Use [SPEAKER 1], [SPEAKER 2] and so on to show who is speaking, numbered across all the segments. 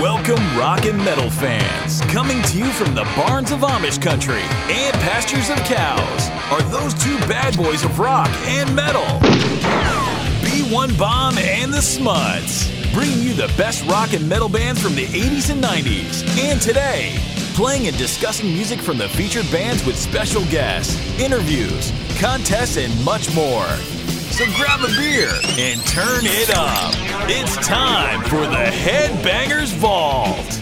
[SPEAKER 1] Welcome, rock and metal fans. Coming to you from the barns of Amish country and pastures of cows are those two bad boys of rock and metal B1 Bomb and the Smuds. Bringing you the best rock and metal bands from the 80s and 90s and today. Playing and discussing music from the featured bands with special guests, interviews, contests, and much more. So grab a beer and turn it up. It's time for the Headbangers Vault.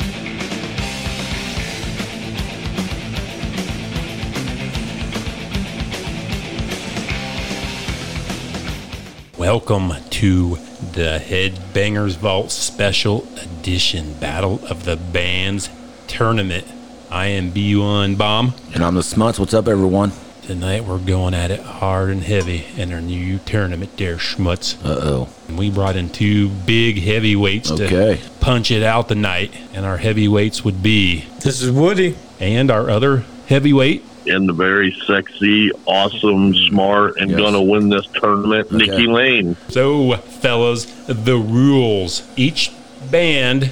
[SPEAKER 2] Welcome to the Headbangers Vault Special Edition Battle of the Bands Tournament. I am B1 Bomb.
[SPEAKER 3] And I'm the Smuts. What's up, everyone?
[SPEAKER 2] Tonight we're going at it hard and heavy in our new tournament there, Schmutz.
[SPEAKER 3] Uh oh.
[SPEAKER 2] And we brought in two big heavyweights
[SPEAKER 3] Okay.
[SPEAKER 2] to punch it out tonight. And our heavyweights would be,
[SPEAKER 4] This is Woody.
[SPEAKER 2] and our other heavyweight,
[SPEAKER 5] and the very sexy, awesome, smart, and
[SPEAKER 3] Yes.
[SPEAKER 5] gonna win this tournament,
[SPEAKER 3] Okay.
[SPEAKER 5] Nikki Lane.
[SPEAKER 2] So, fellas, the rules. Each band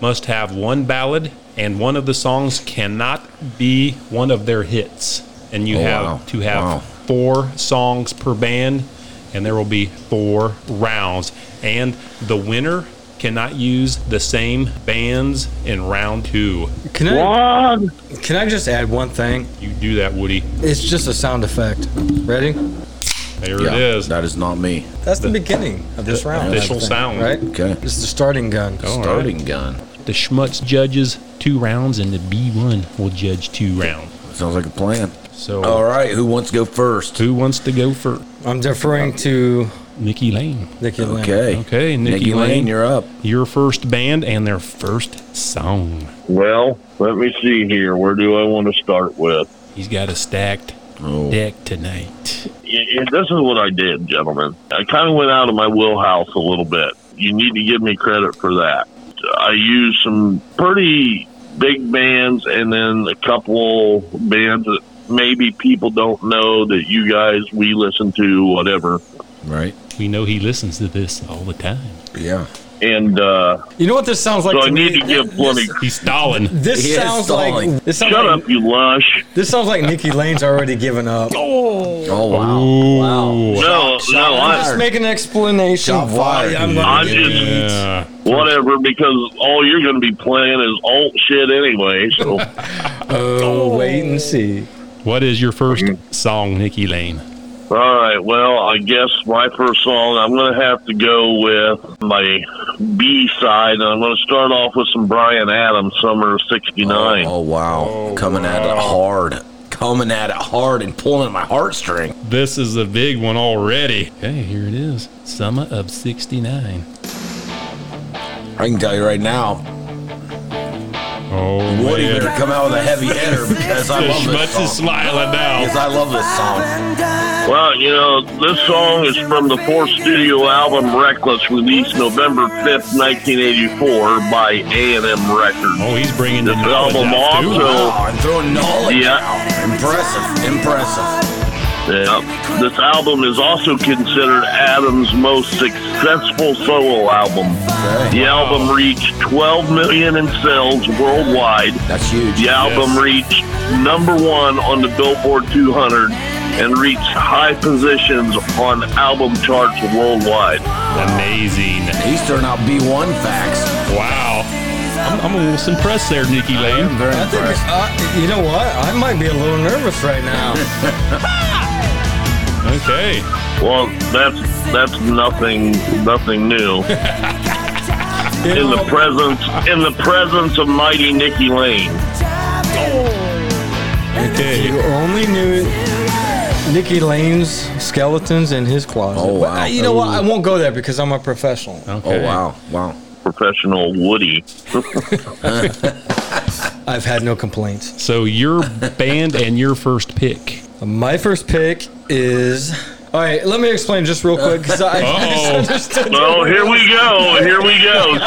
[SPEAKER 2] must have one ballad, and one of the songs cannot be one of their hits. And you
[SPEAKER 3] Oh,
[SPEAKER 2] have
[SPEAKER 3] wow.
[SPEAKER 2] to have
[SPEAKER 3] Wow.
[SPEAKER 2] four songs per band, and there will be four rounds. And the winner cannot use the same bands in round two.
[SPEAKER 4] Can I
[SPEAKER 5] What?
[SPEAKER 4] can I just add one thing?
[SPEAKER 2] You do that, Woody.
[SPEAKER 4] It's just a sound effect. Ready?
[SPEAKER 2] There it is.
[SPEAKER 3] That is not me.
[SPEAKER 4] That's the, beginning of this round. I
[SPEAKER 2] official
[SPEAKER 4] think,
[SPEAKER 2] sound.
[SPEAKER 4] right?
[SPEAKER 3] Okay.
[SPEAKER 4] It's the starting gun.
[SPEAKER 2] All right.
[SPEAKER 3] Starting gun.
[SPEAKER 2] The Schmutz judges two rounds, and the B1 will judge two rounds.
[SPEAKER 3] Sounds like a plan.
[SPEAKER 2] So,
[SPEAKER 3] All right. Who wants to go first?
[SPEAKER 2] Who wants to go for
[SPEAKER 4] I'm deferring to
[SPEAKER 2] Nikki Lane?
[SPEAKER 4] Nikki Lane.
[SPEAKER 3] Okay.
[SPEAKER 2] Okay, Nikki,
[SPEAKER 3] Nikki
[SPEAKER 2] Lane,
[SPEAKER 3] Lane, you're up.
[SPEAKER 2] your first band and their first song.
[SPEAKER 5] Well, let me see here. Where do I want to start with?
[SPEAKER 2] He's got a stacked deck tonight.
[SPEAKER 5] Y- y- This is what I did, gentlemen. I kind of went out of my wheelhouse a little bit. You need to give me credit for that. I used some pretty big bands and then a couple bands that maybe people don't know that you guys, we listen to, whatever.
[SPEAKER 3] Right.
[SPEAKER 2] We know he listens to this all the time.
[SPEAKER 3] Yeah.
[SPEAKER 5] And uh,
[SPEAKER 4] You know what this sounds like?
[SPEAKER 5] so
[SPEAKER 4] to
[SPEAKER 5] I need
[SPEAKER 4] me?
[SPEAKER 5] to give plenty
[SPEAKER 2] He's stalling.
[SPEAKER 4] This,
[SPEAKER 3] He
[SPEAKER 4] this
[SPEAKER 3] is
[SPEAKER 4] sounds
[SPEAKER 3] stalling.
[SPEAKER 4] like this sounds
[SPEAKER 5] Shut
[SPEAKER 4] like,
[SPEAKER 5] up, you lush.
[SPEAKER 4] this sounds like Nikki Lane's already given up.
[SPEAKER 3] Oh wow.
[SPEAKER 2] Oh,
[SPEAKER 5] No, no,
[SPEAKER 4] I'm
[SPEAKER 5] I,
[SPEAKER 4] just making an explanation
[SPEAKER 3] Shot
[SPEAKER 4] why
[SPEAKER 3] fired.
[SPEAKER 4] I'm gonna
[SPEAKER 5] I'm
[SPEAKER 4] get
[SPEAKER 5] just-
[SPEAKER 4] beat.
[SPEAKER 2] Yeah.
[SPEAKER 5] whatever, because all you're going to be playing is alt shit anyway. So,
[SPEAKER 4] Oh, wait and see.
[SPEAKER 2] What is your first song, Nikki Lane?
[SPEAKER 5] all right, well, I guess my first song, I'm going to have to go with my B side, and I'm going to start off with some Brian Adams, Summer of
[SPEAKER 3] Oh,
[SPEAKER 5] '69.
[SPEAKER 3] oh, wow. Coming at it hard. Coming at it hard and pulling at my heartstring.
[SPEAKER 2] This is a big one already. Okay, here it is. Summer of 69.
[SPEAKER 3] I can tell you right now,
[SPEAKER 2] Oh,
[SPEAKER 3] Woody
[SPEAKER 2] man.
[SPEAKER 3] better come out with a heavy hitter because I
[SPEAKER 2] The
[SPEAKER 3] love this
[SPEAKER 2] Schmutz is
[SPEAKER 3] song.
[SPEAKER 2] smiling now.
[SPEAKER 3] Because I love this song.
[SPEAKER 5] Well, you know, this song is from the fourth studio album Reckless, released November 5th, 1984, by A&M Records.
[SPEAKER 2] Oh, he's bringing the
[SPEAKER 5] This
[SPEAKER 2] knowledge
[SPEAKER 5] album
[SPEAKER 2] out, too.
[SPEAKER 5] also-
[SPEAKER 3] Wow, I'm throwing knowledge
[SPEAKER 5] Yeah.
[SPEAKER 3] out. Impressive. Impressive.
[SPEAKER 5] Yeah. This album is also considered Adams' most successful solo album.
[SPEAKER 3] Okay.
[SPEAKER 5] The album reached 12 million in sales worldwide.
[SPEAKER 3] That's huge.
[SPEAKER 5] The album reached number one on the Billboard 200 and reached high positions on album charts worldwide.
[SPEAKER 2] Amazing.
[SPEAKER 3] He's throwing out B1 facts.
[SPEAKER 2] Wow. I'm, I'm a little impressed there, Nikki Lane.
[SPEAKER 3] Very
[SPEAKER 4] I think
[SPEAKER 3] impressed.
[SPEAKER 4] uh, you know what? I might be a little nervous right now.
[SPEAKER 2] Okay.
[SPEAKER 5] Well, that's that's nothing nothing new.
[SPEAKER 4] You
[SPEAKER 5] In the
[SPEAKER 4] know-
[SPEAKER 5] presence in the presence of mighty Nikki Lane.
[SPEAKER 4] If
[SPEAKER 2] Okay.
[SPEAKER 4] You only knew Nikki Lane's skeletons in his closet.
[SPEAKER 3] Oh,
[SPEAKER 4] But, uh,
[SPEAKER 3] wow.
[SPEAKER 4] you know what? I won't go there because I'm a professional.
[SPEAKER 3] Oh,
[SPEAKER 2] Okay.
[SPEAKER 3] wow. Wow.
[SPEAKER 5] Professional Woody.
[SPEAKER 4] I've had no complaints.
[SPEAKER 2] So your band and your first pick.
[SPEAKER 4] My first pick is. All right, let me explain just real quick because I
[SPEAKER 2] Uh-oh.
[SPEAKER 4] misunderstood.
[SPEAKER 5] Oh, here we go. Here we go.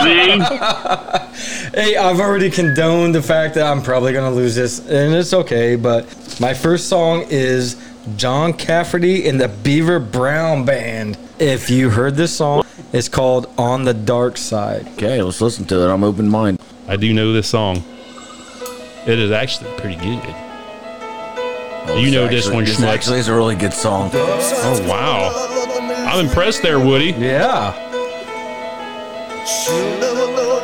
[SPEAKER 5] See?
[SPEAKER 4] Hey, I've already condoned the fact that I'm probably going to lose this, and it's okay. But my first song is John Cafferty and the Beaver Brown Band. If you heard this song, it's called On the Dark Side.
[SPEAKER 3] Okay, let's listen to it. I'm open minded.
[SPEAKER 2] I do know this song. It is actually pretty good.
[SPEAKER 3] Oh,
[SPEAKER 2] You
[SPEAKER 3] this
[SPEAKER 2] know this
[SPEAKER 3] actually-
[SPEAKER 2] one,
[SPEAKER 3] This
[SPEAKER 2] Schmuck.
[SPEAKER 3] actually is a really good song.
[SPEAKER 2] Oh wow. I'm impressed there, Woody.
[SPEAKER 4] Yeah.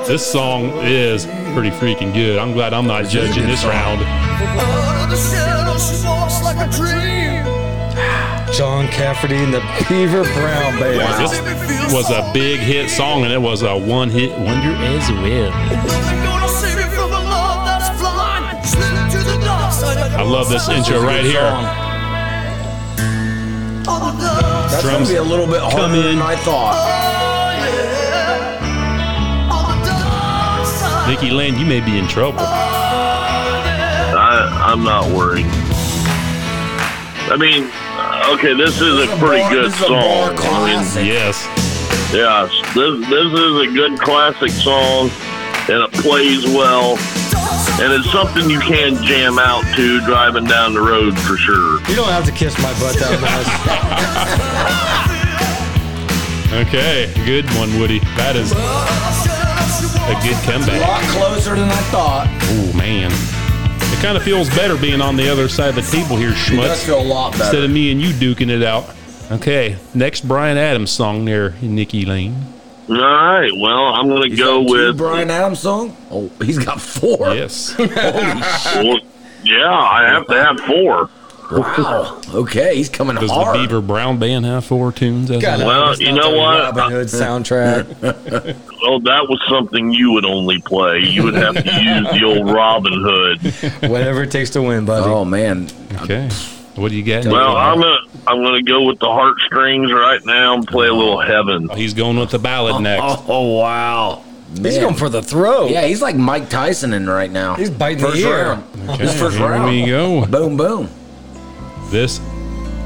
[SPEAKER 2] This song is pretty freaking good. I'm glad I'm not
[SPEAKER 3] is a
[SPEAKER 2] judging
[SPEAKER 3] good
[SPEAKER 2] this
[SPEAKER 3] song.
[SPEAKER 2] round.
[SPEAKER 4] John Cafferty and the Beaver Brown Band.
[SPEAKER 2] Wow. This was a big hit song and it was a one hit wonder as well. I
[SPEAKER 6] I
[SPEAKER 2] love this intro right here.
[SPEAKER 3] That's gonna
[SPEAKER 2] Drums
[SPEAKER 3] be a little bit harder
[SPEAKER 2] in.
[SPEAKER 3] than I thought.
[SPEAKER 2] Nikki Lane, you may be in trouble.
[SPEAKER 5] I, I'm not worried. I mean, okay, this is a pretty
[SPEAKER 3] Bar-
[SPEAKER 5] good
[SPEAKER 3] this is a bar
[SPEAKER 5] song. I mean,
[SPEAKER 3] classic.
[SPEAKER 2] Yes.
[SPEAKER 5] yeah, this this is a good classic song, and it plays well, and it's something you can jam out to driving down the road for sure.
[SPEAKER 4] You don't have to kiss my butt that much.
[SPEAKER 2] Okay. Good one, Woody. That is a good
[SPEAKER 3] A
[SPEAKER 2] comeback.
[SPEAKER 3] lot closer than I thought.
[SPEAKER 2] Oh man. It kind of feels better being on the other side of the table here,
[SPEAKER 3] It does
[SPEAKER 2] Schmutz.
[SPEAKER 3] feel a lot
[SPEAKER 2] Instead
[SPEAKER 3] better.
[SPEAKER 2] of me and you duking it out. Okay. Next Brian Adams song there, Nikki Lane.
[SPEAKER 5] All right, well, I'm gonna
[SPEAKER 3] He's
[SPEAKER 5] go
[SPEAKER 3] got two
[SPEAKER 5] with
[SPEAKER 3] Brian Adams song. Oh, he's got four.
[SPEAKER 2] Yes.
[SPEAKER 5] well, yeah. I have to have four.
[SPEAKER 3] Wow. Okay, he's coming
[SPEAKER 2] Does the
[SPEAKER 3] hard.
[SPEAKER 2] Beaver Brown Band have four tunes? as
[SPEAKER 4] God,
[SPEAKER 2] well?
[SPEAKER 5] Well,
[SPEAKER 4] it's
[SPEAKER 5] you
[SPEAKER 4] not
[SPEAKER 5] know
[SPEAKER 4] the
[SPEAKER 5] what?
[SPEAKER 4] Robin Hood soundtrack.
[SPEAKER 5] Well, that was something you would only play. You would have to use the old Robin Hood.
[SPEAKER 4] Whatever it takes to win, buddy.
[SPEAKER 3] Oh man,
[SPEAKER 2] Okay. What do you got?
[SPEAKER 5] Well, I'm gonna I'm gonna go with the heartstrings right now and play a little heaven.
[SPEAKER 2] Oh, He's going with the ballad next.
[SPEAKER 3] Oh, oh, wow.
[SPEAKER 4] He's
[SPEAKER 3] Man.
[SPEAKER 4] going for the throat.
[SPEAKER 3] Yeah, he's like Mike Tyson in right now.
[SPEAKER 4] He's biting
[SPEAKER 3] first
[SPEAKER 4] the ear.
[SPEAKER 3] round.
[SPEAKER 2] Okay,
[SPEAKER 3] His first
[SPEAKER 2] here
[SPEAKER 3] round.
[SPEAKER 2] we go.
[SPEAKER 3] Boom, boom.
[SPEAKER 2] This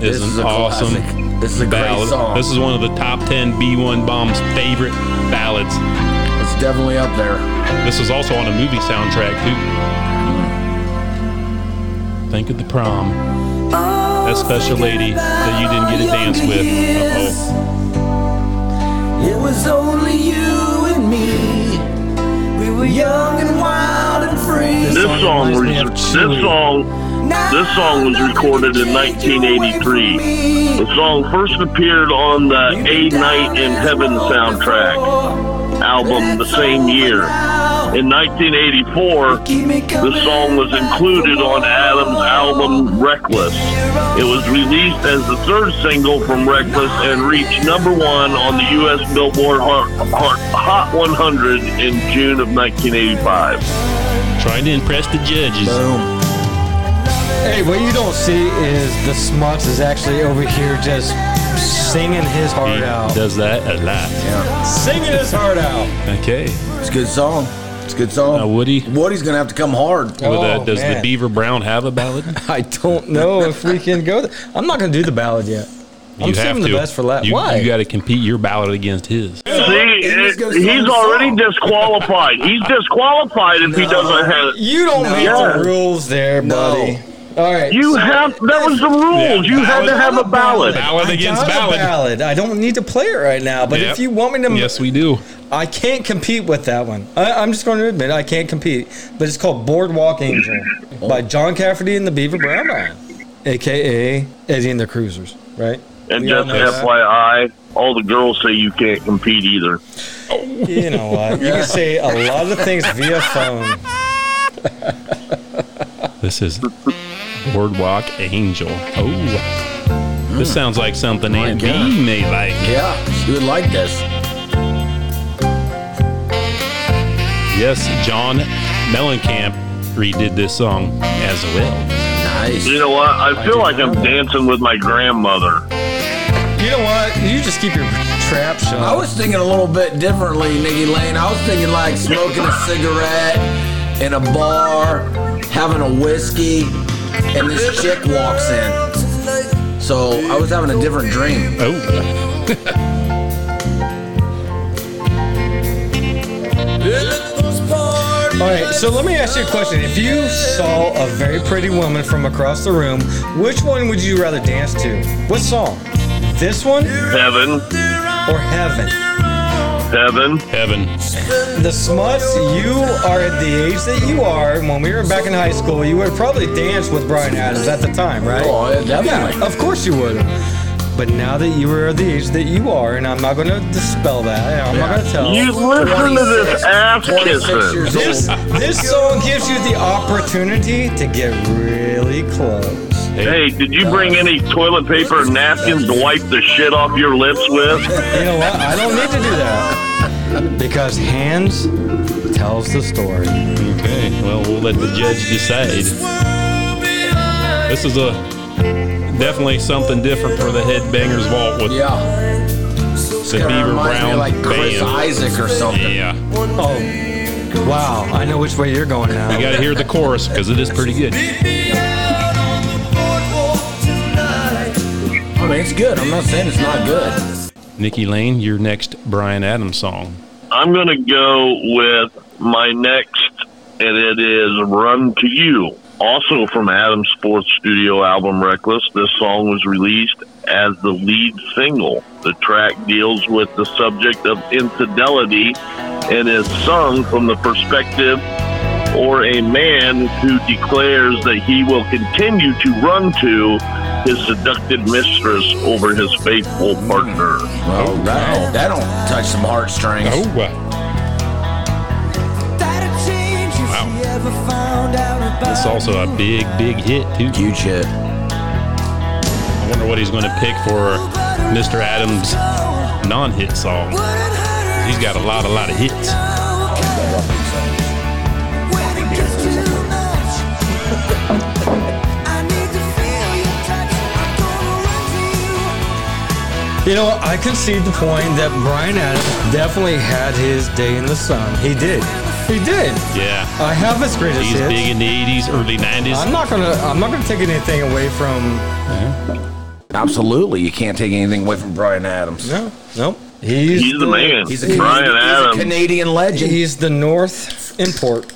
[SPEAKER 2] is
[SPEAKER 3] This
[SPEAKER 2] an
[SPEAKER 3] is a
[SPEAKER 2] awesome
[SPEAKER 3] classic. This is a great
[SPEAKER 2] ballad.
[SPEAKER 3] song.
[SPEAKER 2] This is one of the top 10 B1 Bomb's favorite ballads.
[SPEAKER 3] It's definitely up there.
[SPEAKER 2] This is also on a movie soundtrack, too. Think of the prom. That special lady that you didn't get a dance with. Uh-oh.
[SPEAKER 7] It was only you and me. We were young and wild and free.
[SPEAKER 5] This
[SPEAKER 4] song
[SPEAKER 5] song was
[SPEAKER 4] reminds me of
[SPEAKER 5] this
[SPEAKER 4] Chewy.
[SPEAKER 5] song this song was recorded in 1983. The song first appeared on the A Night in Heaven soundtrack album the same year. In 1984, the song was included on Adam's album Reckless. It was released as the third single from Reckless and reached number one on the U.S. Billboard Hot, Hot, Hot 100 in June of 1985.
[SPEAKER 2] Trying to impress the judges.
[SPEAKER 3] Boom.
[SPEAKER 4] Hey, what you don't see is the Smuts is actually over here just singing his
[SPEAKER 2] He
[SPEAKER 4] heart out.
[SPEAKER 2] does that a lot.
[SPEAKER 3] Yeah,
[SPEAKER 4] Singing his heart out.
[SPEAKER 2] Okay.
[SPEAKER 3] it's a good song. It's a good song.
[SPEAKER 2] Now, Woody,
[SPEAKER 3] Woody's gonna have to come hard.
[SPEAKER 2] with, uh,
[SPEAKER 4] Oh,
[SPEAKER 2] does the
[SPEAKER 4] man.
[SPEAKER 2] Beaver Brown have a ballad?
[SPEAKER 4] I don't know if we can go. Th- I'm not gonna do the ballad yet. I'm saving the best for last.
[SPEAKER 2] You,
[SPEAKER 4] Why?
[SPEAKER 2] You got to compete your ballot against his.
[SPEAKER 3] He
[SPEAKER 5] See,
[SPEAKER 3] just goes
[SPEAKER 5] he's
[SPEAKER 3] song to
[SPEAKER 5] already
[SPEAKER 3] song.
[SPEAKER 5] disqualified. He's disqualified if he doesn't have.
[SPEAKER 4] You don't make
[SPEAKER 5] Yeah.
[SPEAKER 4] the rules there, buddy. All right.
[SPEAKER 5] You have that was the rules.
[SPEAKER 2] Yeah,
[SPEAKER 5] you had to
[SPEAKER 2] ballot-
[SPEAKER 5] have a ballot.
[SPEAKER 2] Ballot against
[SPEAKER 4] got a
[SPEAKER 2] ballot.
[SPEAKER 4] ballad. I don't need to play it right now. But
[SPEAKER 2] Yep.
[SPEAKER 4] if you want me to,
[SPEAKER 2] Yes, we do.
[SPEAKER 4] I can't compete with that one. I, I'm just going to admit I can't compete. But it's called Boardwalk Angel by John Cafferty and the Beaver Brown Band, aka Eddie and the Cruisers. Right?
[SPEAKER 5] And
[SPEAKER 4] We all
[SPEAKER 5] just
[SPEAKER 4] know that.
[SPEAKER 5] FYI, all the girls say you can't compete either.
[SPEAKER 4] You know what? You can say a lot of things via phone.
[SPEAKER 2] This is Boardwalk Angel. Oh, this sounds like something Aunt B
[SPEAKER 3] God.
[SPEAKER 2] may like.
[SPEAKER 3] Yeah, she would like this.
[SPEAKER 2] Yes, John Mellencamp redid this song as well.
[SPEAKER 3] Nice.
[SPEAKER 5] You know what? I feel like I'm dancing with my grandmother.
[SPEAKER 4] You know what? You just keep your trap shut.
[SPEAKER 3] I was thinking a little bit differently, Nikki Lane. I was thinking like smoking a cigarette in a bar, having a whiskey, and this chick walks in. So I was having a different dream.
[SPEAKER 2] Oh,
[SPEAKER 4] All right, so let me ask you a question. If you saw a very pretty woman from across the room, which one would you rather dance to? What song? This one
[SPEAKER 5] Heaven,
[SPEAKER 4] or Heaven?
[SPEAKER 5] Heaven.
[SPEAKER 2] Heaven.
[SPEAKER 4] The Smuts, you are at the age that you are. When we were back in high school, you would probably dance with Brian Adams at the time, right?
[SPEAKER 3] Oh, yeah, definitely.
[SPEAKER 4] Yeah, of course you would. But now that you are the age that you are, and I'm not going to dispel that, I'm not going to tell.
[SPEAKER 5] You listen to this ass
[SPEAKER 3] 26
[SPEAKER 5] kissing.
[SPEAKER 3] years
[SPEAKER 4] this,
[SPEAKER 3] old.
[SPEAKER 4] this song gives you the opportunity to get really close.
[SPEAKER 5] Hey, did you bring any toilet paper and napkins to wipe the shit off your lips with?
[SPEAKER 4] You know what? I don't need to do that. Because hands tells the story.
[SPEAKER 2] Okay, well, we'll let the judge decide. This is a definitely something different for the headbangers vault with
[SPEAKER 3] Yeah.
[SPEAKER 2] the
[SPEAKER 3] Kinda reminds
[SPEAKER 2] Beaver
[SPEAKER 3] me
[SPEAKER 2] Brown
[SPEAKER 3] of, like Chris
[SPEAKER 2] band.
[SPEAKER 3] Isaac or something.
[SPEAKER 2] Yeah,
[SPEAKER 4] Oh, wow. I know which way you're going now.
[SPEAKER 2] you got to hear the chorus because it is pretty good.
[SPEAKER 3] I mean, it's good. I'm not saying it's not good.
[SPEAKER 2] Nikki Lane, your next Brian Adams song.
[SPEAKER 5] I'm going to go with my next, and it is Run to You. Also from Adam's fourth studio album, Reckless, this song was released as the lead single. The track deals with the subject of infidelity and is sung from the perspective or a man who declares that he will continue to run to his seducted mistress over his faithful partner.
[SPEAKER 3] Well, that, that don't touch some heartstrings.
[SPEAKER 2] Oh, it's also a big, big hit too.
[SPEAKER 3] Huge hit.
[SPEAKER 2] I wonder what he's going to pick for Mr. Adams' non-hit song. He's got a lot, a lot of hits.
[SPEAKER 4] You know, I concede the point that Brian Adams definitely had his day in the sun. He did. He did.
[SPEAKER 2] Yeah,
[SPEAKER 4] I have his greatest
[SPEAKER 2] he's
[SPEAKER 4] hits.
[SPEAKER 2] big in the '80s, early '90s.
[SPEAKER 4] I'm not gonna. I'm not gonna take anything away from.
[SPEAKER 3] Absolutely. You can't take anything away from Brian Adams.
[SPEAKER 4] No. Nope. He's,
[SPEAKER 5] He's the man.
[SPEAKER 3] He's a,
[SPEAKER 5] Brian
[SPEAKER 3] Canadian, he's a
[SPEAKER 5] Adams.
[SPEAKER 3] Canadian legend.
[SPEAKER 4] He's the North import.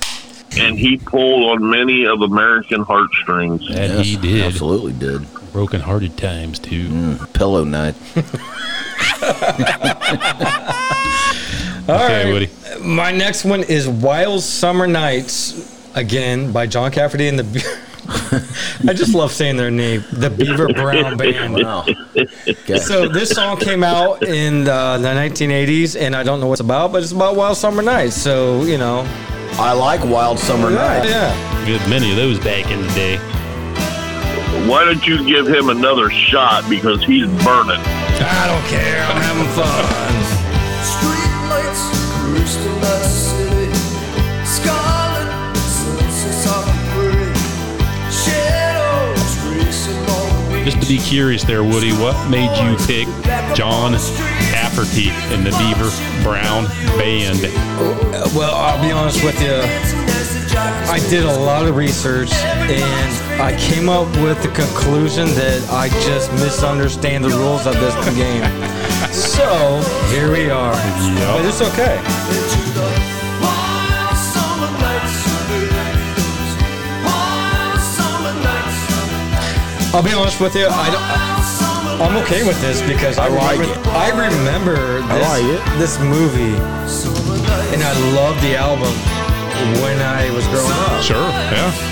[SPEAKER 5] and he pulled on many of American heartstrings.
[SPEAKER 2] That he did.
[SPEAKER 3] Absolutely did.
[SPEAKER 2] Broken hearted times too.
[SPEAKER 3] Pillow nut.
[SPEAKER 4] All right,
[SPEAKER 2] Okay, Woody.
[SPEAKER 4] My next one is Wild Summer Nights, again by John Cafferty and the. Be- I just love saying their name, the Beaver Brown Band.
[SPEAKER 3] Wow. Okay.
[SPEAKER 4] So this song came out in the, the 1980s, and I don't know what it's about, but it's about Wild Summer Nights. So you know,
[SPEAKER 3] I like Wild Summer Night.
[SPEAKER 4] yeah.
[SPEAKER 2] Good many of those back in the day.
[SPEAKER 5] Why don't you give him another shot because he's burning?
[SPEAKER 4] I don't care. I'm having fun.
[SPEAKER 2] Just to be curious there, Woody, what made you pick John Cafferty and the Beaver Brown Band?
[SPEAKER 4] well, I'll be honest with you. I did a lot of research, and I came up with the conclusion that I just misunderstand the rules of this game. so here we are. But it's okay. I'll be honest with you. I don't. I'm okay with this because I,
[SPEAKER 3] like
[SPEAKER 4] remember,
[SPEAKER 3] it.
[SPEAKER 4] I remember this,
[SPEAKER 3] like it.
[SPEAKER 4] this movie, and I loved the album when I was growing up.
[SPEAKER 2] Sure, yeah.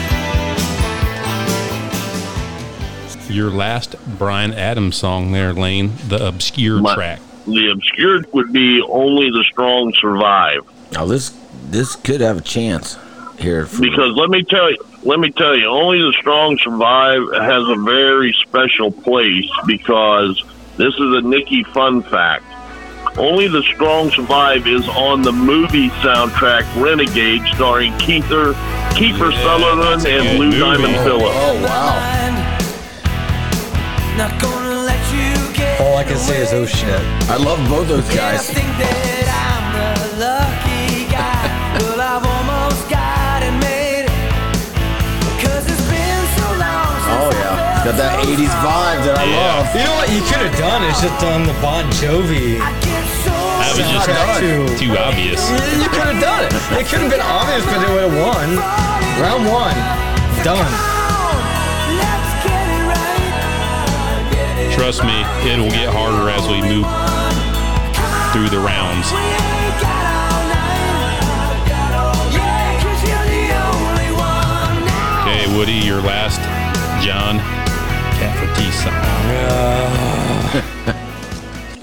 [SPEAKER 2] Your last Brian Adams song there, Lane, the obscure
[SPEAKER 5] My-
[SPEAKER 2] track.
[SPEAKER 5] The obscure would be only the strong survive.
[SPEAKER 3] Now this this could have a chance here. For,
[SPEAKER 5] Because let me tell you, let me tell you, only the strong survive has a very special place because this is a Nicky fun fact. Only the strong survive is on the movie soundtrack Renegade, starring Keither, Kiefer Sutherland and
[SPEAKER 2] good
[SPEAKER 5] Lou
[SPEAKER 2] movie.
[SPEAKER 5] Diamond Phillips.
[SPEAKER 3] oh wow.
[SPEAKER 7] Not gonna let you get
[SPEAKER 4] All I can say is, oh shit.
[SPEAKER 3] I love both those
[SPEAKER 7] And I
[SPEAKER 3] guys.
[SPEAKER 7] think that I'm the lucky guy. well, I've almost got it made it. Cause it's been so long
[SPEAKER 3] Oh
[SPEAKER 7] since
[SPEAKER 3] yeah. Got that 80s vibe that I love.
[SPEAKER 4] You know what you could have done is just done the Bon Jovi.
[SPEAKER 7] I get so
[SPEAKER 2] That was just
[SPEAKER 4] Track two.
[SPEAKER 2] too obvious.
[SPEAKER 4] You could have done it. It could have been obvious, but they would have won. Round one, done.
[SPEAKER 7] Let's get it right.
[SPEAKER 2] Trust me, it will get harder as we move through the rounds.
[SPEAKER 7] We ain't got all night. Yeah, 'cause you're the only one now.
[SPEAKER 2] Okay, Woody, your last John Cafferty song.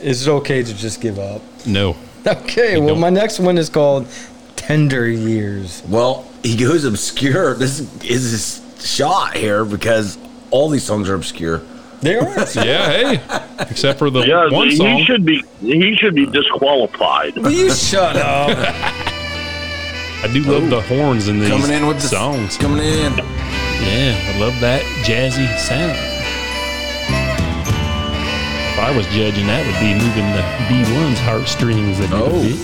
[SPEAKER 4] Is it okay to just give up?
[SPEAKER 2] No.
[SPEAKER 4] Okay,
[SPEAKER 2] You
[SPEAKER 4] well,
[SPEAKER 2] don't-
[SPEAKER 4] my next one is called Tender Years.
[SPEAKER 3] Well, he goes obscure. This is his shot here because all these songs are obscure.
[SPEAKER 4] They are.
[SPEAKER 2] Yeah, hey. Except for the
[SPEAKER 5] Yeah,
[SPEAKER 2] one
[SPEAKER 5] he
[SPEAKER 2] song.
[SPEAKER 5] should be he should be disqualified.
[SPEAKER 4] Will you shut up?
[SPEAKER 2] I do love the horns in these
[SPEAKER 3] Coming in with the
[SPEAKER 2] songs.
[SPEAKER 3] Coming in.
[SPEAKER 2] Yeah, I love that jazzy sound. If I was judging, that would be moving the B1's heartstrings a little
[SPEAKER 3] Oh.
[SPEAKER 2] bit.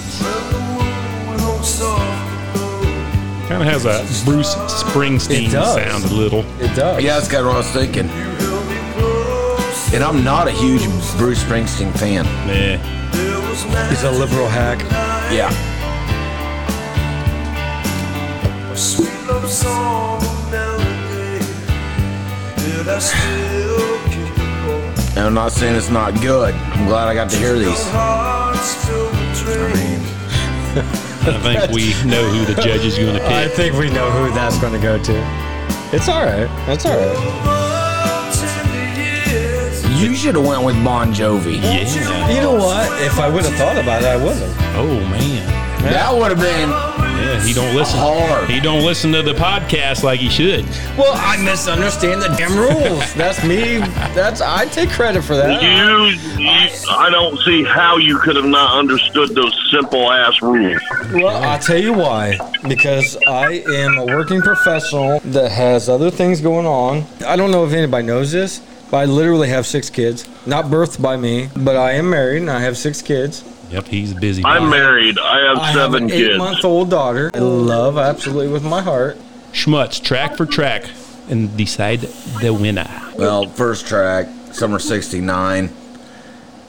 [SPEAKER 2] Kind of has a Bruce Springsteen
[SPEAKER 4] It does.
[SPEAKER 2] sound a little.
[SPEAKER 4] It does.
[SPEAKER 3] Yeah, that's kind of what I was thinking. And I'm not a huge Bruce Springsteen fan.
[SPEAKER 2] Yeah,
[SPEAKER 4] He's a liberal hack.
[SPEAKER 3] Yeah. And I'm not saying it's not good. I'm glad I got to hear these. I mean,
[SPEAKER 2] I think we know who the judge is going to
[SPEAKER 4] I
[SPEAKER 2] pick.
[SPEAKER 4] think we know who that's going to go to. It's all right. That's all right.
[SPEAKER 3] you should have went with Bon Jovi.
[SPEAKER 2] Yeah.
[SPEAKER 4] You know what? If I would have thought about it, I would have.
[SPEAKER 2] Oh man.
[SPEAKER 3] That would have been
[SPEAKER 2] Yeah, he don't listen.
[SPEAKER 3] Hard.
[SPEAKER 2] He don't listen to the podcast like he should.
[SPEAKER 4] Well, I misunderstand the damn rules. That's me. That's I take credit for that.
[SPEAKER 5] You, you, I don't see how you could have not understood those simple ass rules.
[SPEAKER 4] Well, I'll tell you why. Because I am a working professional that has other things going on. I don't know if anybody knows this, but I literally have six kids. Not birthed by me, but I am married and I have six kids.
[SPEAKER 2] Yep, he's a busy.
[SPEAKER 5] I'm
[SPEAKER 2] man.
[SPEAKER 5] married. I have
[SPEAKER 4] I
[SPEAKER 5] seven
[SPEAKER 4] have an
[SPEAKER 5] kids.
[SPEAKER 4] eight-month-old daughter. I love absolutely with my heart.
[SPEAKER 2] Schmutz, track for track, and decide the winner.
[SPEAKER 3] Well, first track, Summer 69.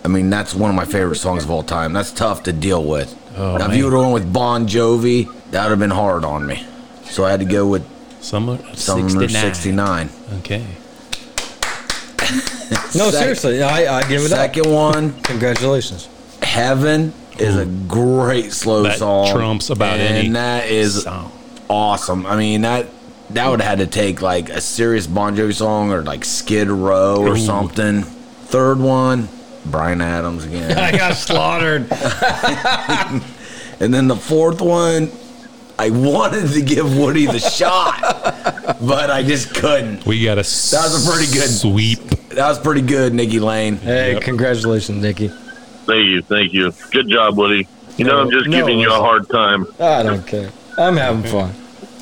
[SPEAKER 3] I mean, that's one of my favorite songs of all time. That's tough to deal with.
[SPEAKER 2] Oh,
[SPEAKER 3] now, if
[SPEAKER 2] man.
[SPEAKER 3] you would have went with Bon Jovi, that would have been hard on me. So I had to go with
[SPEAKER 2] Summer of
[SPEAKER 3] Summer
[SPEAKER 2] 69.
[SPEAKER 3] 69.
[SPEAKER 2] Okay.
[SPEAKER 4] No,
[SPEAKER 3] Sec-
[SPEAKER 4] seriously, I, I give it up.
[SPEAKER 3] Second one,
[SPEAKER 4] Congratulations.
[SPEAKER 3] Heaven is a great slow
[SPEAKER 2] That
[SPEAKER 3] song.
[SPEAKER 2] trumps about
[SPEAKER 3] and
[SPEAKER 2] any
[SPEAKER 3] that is
[SPEAKER 2] song.
[SPEAKER 3] awesome. I mean, that that would have had to take like a serious Bon Jovi song or like Skid Row or
[SPEAKER 2] Ooh.
[SPEAKER 3] something. Third one, Brian Adams again.
[SPEAKER 4] I got slaughtered.
[SPEAKER 3] And then the fourth one, I wanted to give Woody the shot, but I just couldn't.
[SPEAKER 2] We got a that
[SPEAKER 3] was a pretty good-
[SPEAKER 2] sweep.
[SPEAKER 3] That was pretty good, Nikki Lane.
[SPEAKER 4] Hey,
[SPEAKER 2] Yep.
[SPEAKER 4] congratulations, Nikki.
[SPEAKER 5] Thank you, thank you. Good job, Woody. You know,
[SPEAKER 4] No,
[SPEAKER 5] I'm just
[SPEAKER 4] no,
[SPEAKER 5] giving you a
[SPEAKER 4] listen.
[SPEAKER 5] hard time.
[SPEAKER 4] I don't care. I'm having fun.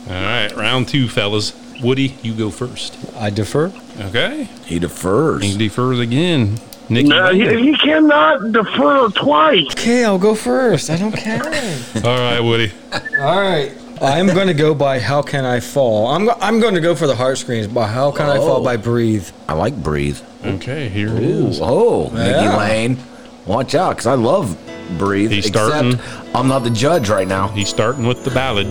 [SPEAKER 2] All right, round two, fellas. Woody, you go first.
[SPEAKER 4] I defer.
[SPEAKER 2] Okay.
[SPEAKER 3] He defers.
[SPEAKER 2] He defers again. Nikki.
[SPEAKER 5] No, Uh, he, he cannot defer twice.
[SPEAKER 4] Okay, I'll go first. I don't care.
[SPEAKER 2] All right, Woody.
[SPEAKER 4] All right. I'm going to go by How Can I Fall. I'm, go- I'm going to go for the heart screams by How Can I Fall
[SPEAKER 3] Oh.
[SPEAKER 4] by Breathe.
[SPEAKER 3] I like Breathe.
[SPEAKER 2] Okay, here it
[SPEAKER 3] Ooh,
[SPEAKER 2] is.
[SPEAKER 3] oh,
[SPEAKER 4] Yeah.
[SPEAKER 3] Nikki Lane. Watch out, because I love Breathe.
[SPEAKER 2] He's
[SPEAKER 3] except
[SPEAKER 2] starting.
[SPEAKER 3] I'm not the judge right now.
[SPEAKER 2] He's starting with the ballad.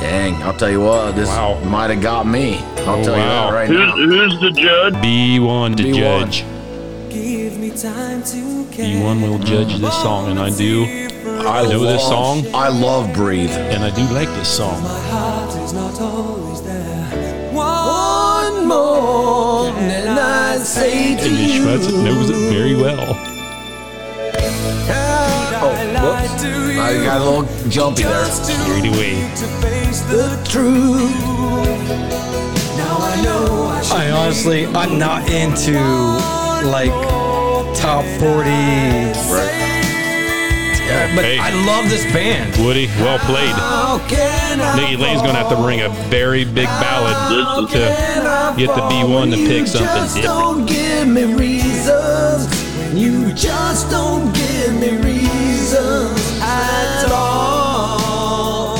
[SPEAKER 3] Dang, I'll tell you what, this
[SPEAKER 2] Wow.
[SPEAKER 3] might have got me. I'll
[SPEAKER 2] Oh,
[SPEAKER 3] tell
[SPEAKER 2] wow.
[SPEAKER 3] you that right
[SPEAKER 5] Who's,
[SPEAKER 3] now.
[SPEAKER 5] who's the judge?
[SPEAKER 2] B1 to
[SPEAKER 3] B1.
[SPEAKER 2] judge.
[SPEAKER 7] Give me time to
[SPEAKER 2] B1 will judge this song, and I do.
[SPEAKER 3] I
[SPEAKER 2] know this
[SPEAKER 3] love-
[SPEAKER 2] song?
[SPEAKER 3] I love Breathe.
[SPEAKER 2] And I do like this song.
[SPEAKER 7] My heart is not always there. One more than I say
[SPEAKER 2] And the Schmutz knows it very well.
[SPEAKER 3] Oh, whoops. I got a little jumpy there.
[SPEAKER 2] Straight away.
[SPEAKER 3] The truth.
[SPEAKER 4] I honestly, I'm not into like top 40,
[SPEAKER 3] Right.
[SPEAKER 4] but
[SPEAKER 2] Hey.
[SPEAKER 4] I love this band.
[SPEAKER 2] Woody, well played. Nikki Lane's going to have to bring a very big ballad
[SPEAKER 5] This
[SPEAKER 2] to get the B1 to pick something different.
[SPEAKER 3] Don't give me reasons. when You just don't give me reasons at all.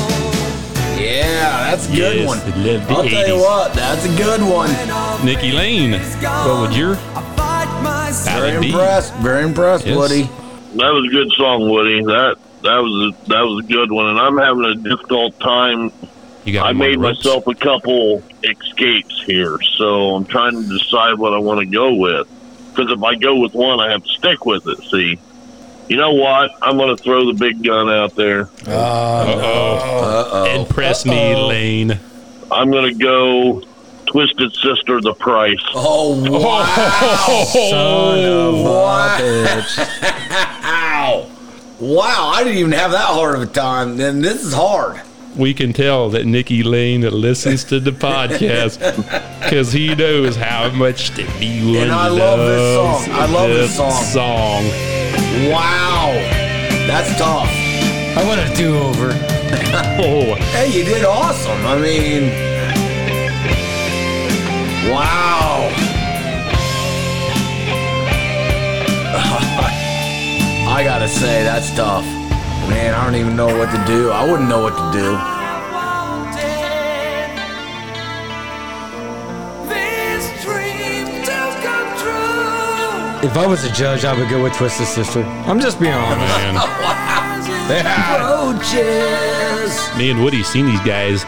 [SPEAKER 3] Yeah, that's a good
[SPEAKER 2] Yes,
[SPEAKER 3] one.
[SPEAKER 2] I love the
[SPEAKER 3] I'll tell you
[SPEAKER 2] 80s.
[SPEAKER 3] what, that's a good one.
[SPEAKER 2] Nikki Lane, what would your
[SPEAKER 3] Very
[SPEAKER 2] ballad be?
[SPEAKER 3] impressed. Very impressed,
[SPEAKER 2] Yes.
[SPEAKER 3] Woody.
[SPEAKER 5] That was a good song, Woody. That that was a, that was a good one, and I'm having a difficult time
[SPEAKER 2] You got
[SPEAKER 5] I
[SPEAKER 2] him on the
[SPEAKER 5] made
[SPEAKER 2] ropes.
[SPEAKER 5] myself a couple escapes here, so I'm trying to decide what I want to go with. Because if I go with one, I have to stick with it. See, You know what? I'm going to throw the big gun out there.
[SPEAKER 2] Impress me, Lane.
[SPEAKER 5] I'm going to go Twisted Sister the Price.
[SPEAKER 3] Oh,
[SPEAKER 4] Son of a
[SPEAKER 3] Wow.
[SPEAKER 4] bitch.
[SPEAKER 3] wow. Wow, I didn't even have that hard of a time. Then this is hard.
[SPEAKER 2] We can tell that Nikki Lane listens to the podcast because he knows how much the B one
[SPEAKER 3] And I love this
[SPEAKER 2] loves
[SPEAKER 3] song. I love this song.
[SPEAKER 2] song.
[SPEAKER 3] Wow. That's tough.
[SPEAKER 4] I want a do over.
[SPEAKER 2] Oh,
[SPEAKER 3] Hey, you did awesome. I mean, wow. I gotta say, that's tough. Man, I don't even know what to do. I wouldn't know what to do.
[SPEAKER 4] If I was a judge, I would go with Twisted Sister. I'm just being honest.
[SPEAKER 2] man. Oh
[SPEAKER 3] Roaches.
[SPEAKER 2] Me and Woody seen these guys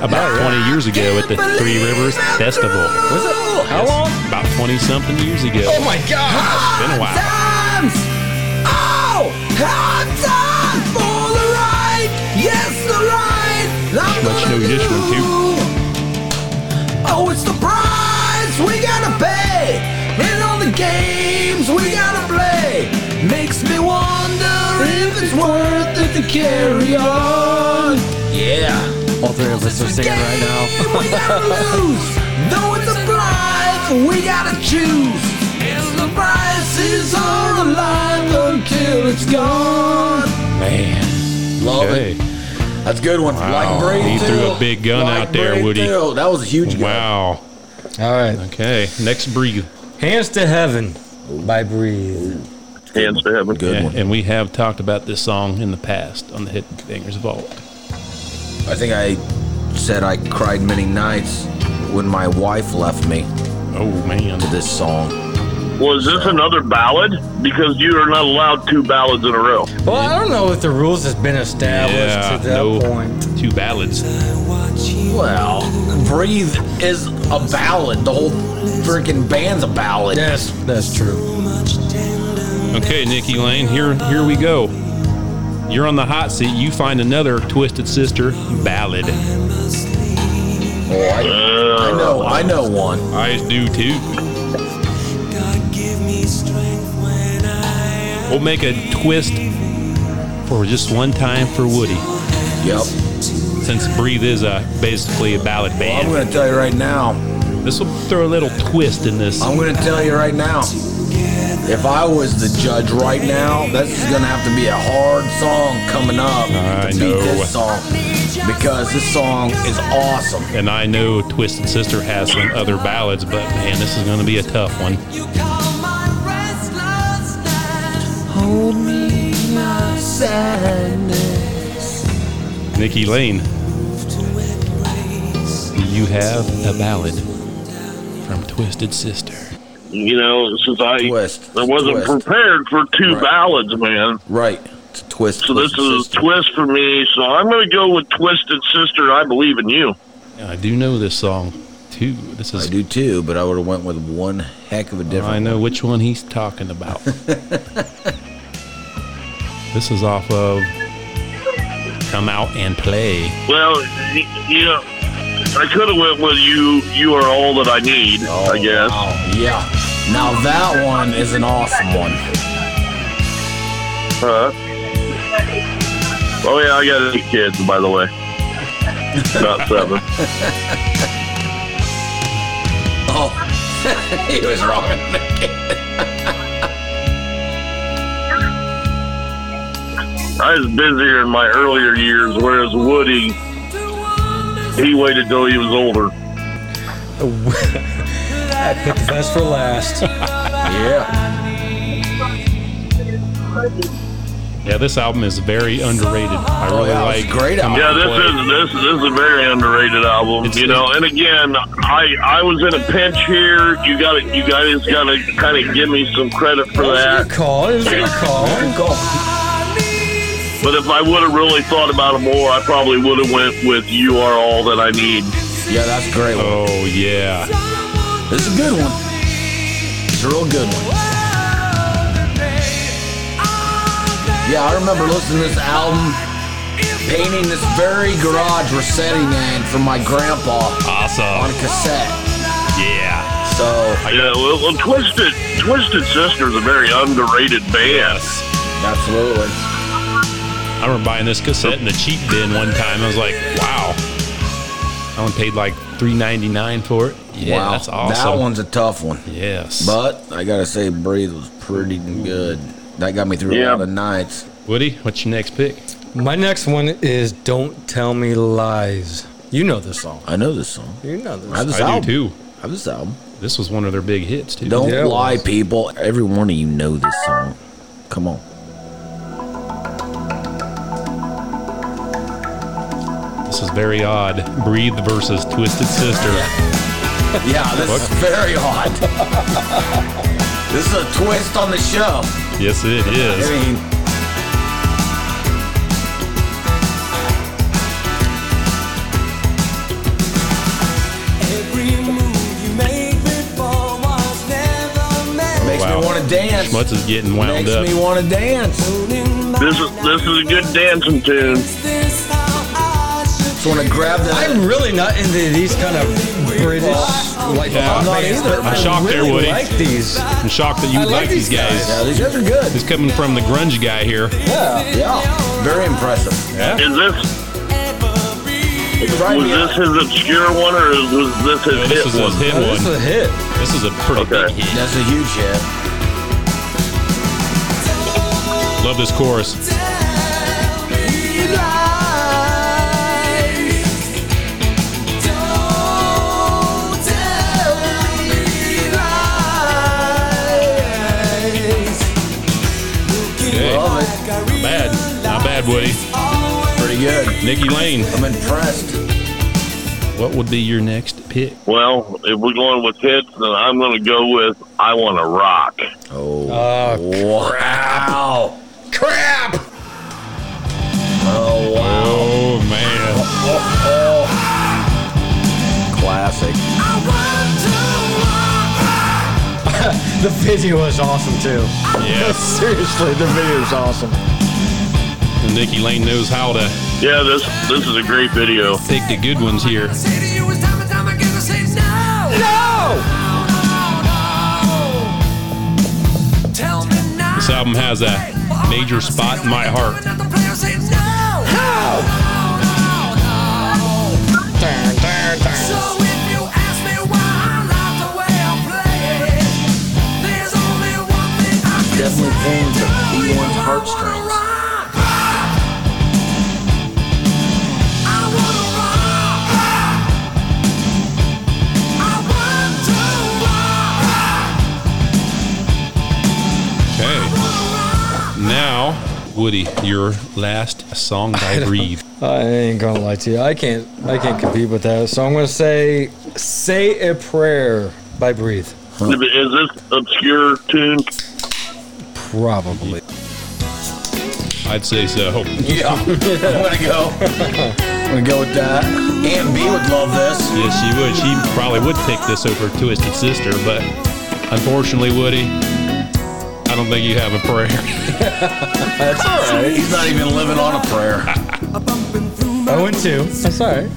[SPEAKER 2] about 20 years ago at the Three Rivers Festival.
[SPEAKER 3] Was it?
[SPEAKER 2] How long? About 20 something years ago. Oh my gosh! Been a while.
[SPEAKER 3] Times. Oh, hard time for the right. Yes, the right. I'm
[SPEAKER 2] Let you
[SPEAKER 3] gonna
[SPEAKER 2] know this one, too.
[SPEAKER 3] do. Oh, it's the price we gotta pay, and all the games we gotta play. Makes me wonder if it's worth it to carry on. Yeah.
[SPEAKER 4] All three of us are singing right now.
[SPEAKER 3] Game we gotta lose. Though it's a prize, we gotta choose. It's the price is all alive until it's gone.
[SPEAKER 2] Man.
[SPEAKER 3] Love
[SPEAKER 2] Hey.
[SPEAKER 3] it. That's a good one.
[SPEAKER 2] Wow.
[SPEAKER 3] Like Brady
[SPEAKER 2] He threw a
[SPEAKER 3] Till.
[SPEAKER 2] big gun
[SPEAKER 3] Like
[SPEAKER 2] out there,
[SPEAKER 3] Brady
[SPEAKER 2] Woody.
[SPEAKER 3] Till. That was a huge gun.
[SPEAKER 2] Wow.
[SPEAKER 4] All right.
[SPEAKER 2] Okay. Next breathe.
[SPEAKER 4] Hands to Heaven by Breathe.
[SPEAKER 5] Hands to heaven.
[SPEAKER 3] Good
[SPEAKER 2] Yeah,
[SPEAKER 3] one.
[SPEAKER 2] and we have talked about this song in the past on the Hidden Fingers Vault.
[SPEAKER 3] I think I said I cried many nights when my wife left me
[SPEAKER 2] Oh man.
[SPEAKER 3] to this song.
[SPEAKER 5] Was this another ballad? Because you are not allowed two ballads in a row.
[SPEAKER 4] Well, I don't know if the rules has been established
[SPEAKER 2] Yeah,
[SPEAKER 4] to that
[SPEAKER 2] no.
[SPEAKER 4] point.
[SPEAKER 2] Two ballads.
[SPEAKER 3] Well, Breathe is a ballad. The whole freaking band's a ballad.
[SPEAKER 4] Yes, that's true.
[SPEAKER 2] Okay, Nikki Lane, here here we go. You're on the hot seat. You find another Twisted Sister ballad.
[SPEAKER 3] Oh, I, I know, I know one.
[SPEAKER 2] I do too. We'll make a twist for just one time for Woody,
[SPEAKER 3] Yep.
[SPEAKER 2] since Breathe is a basically a ballad
[SPEAKER 3] I'm
[SPEAKER 2] band.
[SPEAKER 3] going to tell you right now.
[SPEAKER 2] This will throw a little twist in this.
[SPEAKER 3] I'm going to tell you right now. If I was the judge right now, this is going to have to be a hard song coming up
[SPEAKER 2] I
[SPEAKER 3] to beat
[SPEAKER 2] know.
[SPEAKER 3] this song because this song is awesome.
[SPEAKER 2] And I know Twisted Sister has some other ballads, but man, this is going to be a tough one. Nikki Lane, do you have a ballad from Twisted Sister?
[SPEAKER 5] You know, since I,
[SPEAKER 3] Twist.
[SPEAKER 5] I wasn't
[SPEAKER 3] Twist.
[SPEAKER 5] prepared for two
[SPEAKER 3] Right.
[SPEAKER 5] ballads, man.
[SPEAKER 3] Right. It's a twist.
[SPEAKER 5] So this
[SPEAKER 3] Twisted
[SPEAKER 5] is a
[SPEAKER 3] Sister.
[SPEAKER 5] twist for me. So I'm going to go with Twisted Sister. I believe in you.
[SPEAKER 2] And I do know this song too. This
[SPEAKER 3] I
[SPEAKER 2] is
[SPEAKER 3] do too, but I would have went with one heck of a different.
[SPEAKER 2] I know which one he's talking about. this is off of Come Out and Play.
[SPEAKER 5] Well, y- you know, I could have went with you. You are all that I need.
[SPEAKER 3] Oh,
[SPEAKER 5] I guess.
[SPEAKER 3] wow. Yeah. Now that one is an awesome one.
[SPEAKER 5] Huh? Oh yeah, I got eight kids, by the way. About seven.
[SPEAKER 3] Oh, he was wrong.
[SPEAKER 5] I was busier in my earlier years, whereas Woody, he waited till he was older.
[SPEAKER 4] I picked the best for last.
[SPEAKER 3] Yeah.
[SPEAKER 2] Yeah, this album is very underrated. I
[SPEAKER 3] Oh,
[SPEAKER 2] really
[SPEAKER 3] yeah, it's
[SPEAKER 2] like
[SPEAKER 3] a great
[SPEAKER 2] Come
[SPEAKER 3] album.
[SPEAKER 5] Yeah,
[SPEAKER 2] Out
[SPEAKER 5] this
[SPEAKER 2] and Play.
[SPEAKER 5] is this this is a very underrated album,
[SPEAKER 2] It's-
[SPEAKER 5] you know. And again, I I was in a pinch here. You got to you guys got to kind of give me some credit for
[SPEAKER 4] It was
[SPEAKER 5] that.
[SPEAKER 4] your call. It was your call.
[SPEAKER 3] Good call.
[SPEAKER 5] But if I would have really thought about it more, I probably would have went with "You Are All That I Need."
[SPEAKER 3] Yeah, that's a great one.
[SPEAKER 2] Oh yeah.
[SPEAKER 3] This is a good one. It's a real good one. Yeah, I remember listening to this album, painting this very garage we're sitting in for my grandpa on
[SPEAKER 2] Awesome.
[SPEAKER 3] cassette.
[SPEAKER 2] Yeah.
[SPEAKER 3] So
[SPEAKER 5] Yeah, well, well, Twisted Twisted Sister's a very underrated band.
[SPEAKER 2] Yes.
[SPEAKER 3] absolutely,
[SPEAKER 2] I remember buying this cassette in the cheap bin one time. I was like, wow. I only paid like three ninety nine for it. Yeah,
[SPEAKER 3] wow,
[SPEAKER 2] that's awesome.
[SPEAKER 3] that one's a tough one.
[SPEAKER 2] Yes.
[SPEAKER 3] But I gotta say, Breathe was pretty good. That got me through a
[SPEAKER 5] Yeah.
[SPEAKER 3] lot of nights.
[SPEAKER 2] Woody, what's your next pick?
[SPEAKER 4] My next one is Don't Tell Me Lies. You know this song.
[SPEAKER 3] I know this song.
[SPEAKER 4] You know this
[SPEAKER 3] I have this
[SPEAKER 2] I
[SPEAKER 3] album.
[SPEAKER 2] do too.
[SPEAKER 3] I have this album.
[SPEAKER 2] This was one of their big hits too.
[SPEAKER 3] Don't
[SPEAKER 4] Yeah, it
[SPEAKER 3] lie,
[SPEAKER 4] was.
[SPEAKER 3] people. Every one of you know this song. Come on.
[SPEAKER 2] This is very odd. Breathe versus Twisted Sister.
[SPEAKER 3] Yeah, this is very odd. this is a twist on the show.
[SPEAKER 2] Yes, it
[SPEAKER 3] I
[SPEAKER 2] is.
[SPEAKER 3] mean,
[SPEAKER 7] Every move you made before was never meant.
[SPEAKER 3] makes
[SPEAKER 2] Wow.
[SPEAKER 3] me want to dance.
[SPEAKER 2] Schmutz is getting wound
[SPEAKER 3] Makes
[SPEAKER 2] up.
[SPEAKER 3] me want to dance.
[SPEAKER 5] This is this is a good dancing tune.
[SPEAKER 7] This how I should
[SPEAKER 3] Just want to grab that.
[SPEAKER 4] I'm really not into these kind of British like
[SPEAKER 2] Yeah.
[SPEAKER 4] pop
[SPEAKER 2] I'm
[SPEAKER 3] not
[SPEAKER 4] bands,
[SPEAKER 3] either.
[SPEAKER 4] but
[SPEAKER 3] I'm
[SPEAKER 4] I
[SPEAKER 2] shocked there,
[SPEAKER 4] really
[SPEAKER 2] Woody.
[SPEAKER 4] like these.
[SPEAKER 2] I'm shocked that you
[SPEAKER 4] I
[SPEAKER 2] would like these guys.
[SPEAKER 3] Yeah, these guys are good.
[SPEAKER 2] It's coming from the grunge guy here.
[SPEAKER 3] Yeah, yeah. Very impressive.
[SPEAKER 5] Is this
[SPEAKER 7] ever be.
[SPEAKER 3] It right
[SPEAKER 5] was this his obscure one or is- was this his
[SPEAKER 2] No,
[SPEAKER 5] hit
[SPEAKER 2] this is
[SPEAKER 5] one?
[SPEAKER 2] his hit
[SPEAKER 4] Oh, this is
[SPEAKER 2] one.
[SPEAKER 4] a hit.
[SPEAKER 2] This is a pretty
[SPEAKER 5] Okay.
[SPEAKER 2] big hit.
[SPEAKER 3] That's a huge hit.
[SPEAKER 2] Love this chorus. Hey,
[SPEAKER 3] Love it.
[SPEAKER 2] not bad. Not bad, Woody.
[SPEAKER 3] Pretty good.
[SPEAKER 2] Nikki Lane,
[SPEAKER 3] I'm impressed.
[SPEAKER 2] what would be your next pick?
[SPEAKER 5] Well, if we're going with hits, then I'm going to go with "I Want to Rock."
[SPEAKER 3] Oh,
[SPEAKER 2] Uh,
[SPEAKER 4] Oh,
[SPEAKER 3] wow. Crap. Oh, wow.
[SPEAKER 2] Oh, man.
[SPEAKER 3] Classic.
[SPEAKER 4] The video is awesome too.
[SPEAKER 2] Yes.
[SPEAKER 4] Seriously, the video is awesome.
[SPEAKER 2] Nikki Lane knows how to
[SPEAKER 5] Yeah, this this is a great video.
[SPEAKER 2] pick the good ones here. This album has a major spot in my heart.
[SPEAKER 3] Definitely forms the B1's heartstrings.
[SPEAKER 2] Okay. Now, Woody, your last song by Breathe.
[SPEAKER 4] I ain't gonna lie to you. I can't. I can't compete with that. So I'm gonna say, "Say a Prayer" by Breathe.
[SPEAKER 5] Is this obscure tune?
[SPEAKER 4] Probably.
[SPEAKER 2] I'd say so.
[SPEAKER 3] Yeah. I'm going to go. I'm going to go with that. Aunt B would love this.
[SPEAKER 2] Yes, she would. She probably would pick this over Twisted Sister, but unfortunately, Woody, I don't think you have a prayer.
[SPEAKER 4] That's all right.
[SPEAKER 3] He's not even living on a prayer.
[SPEAKER 4] I went two. That's all right.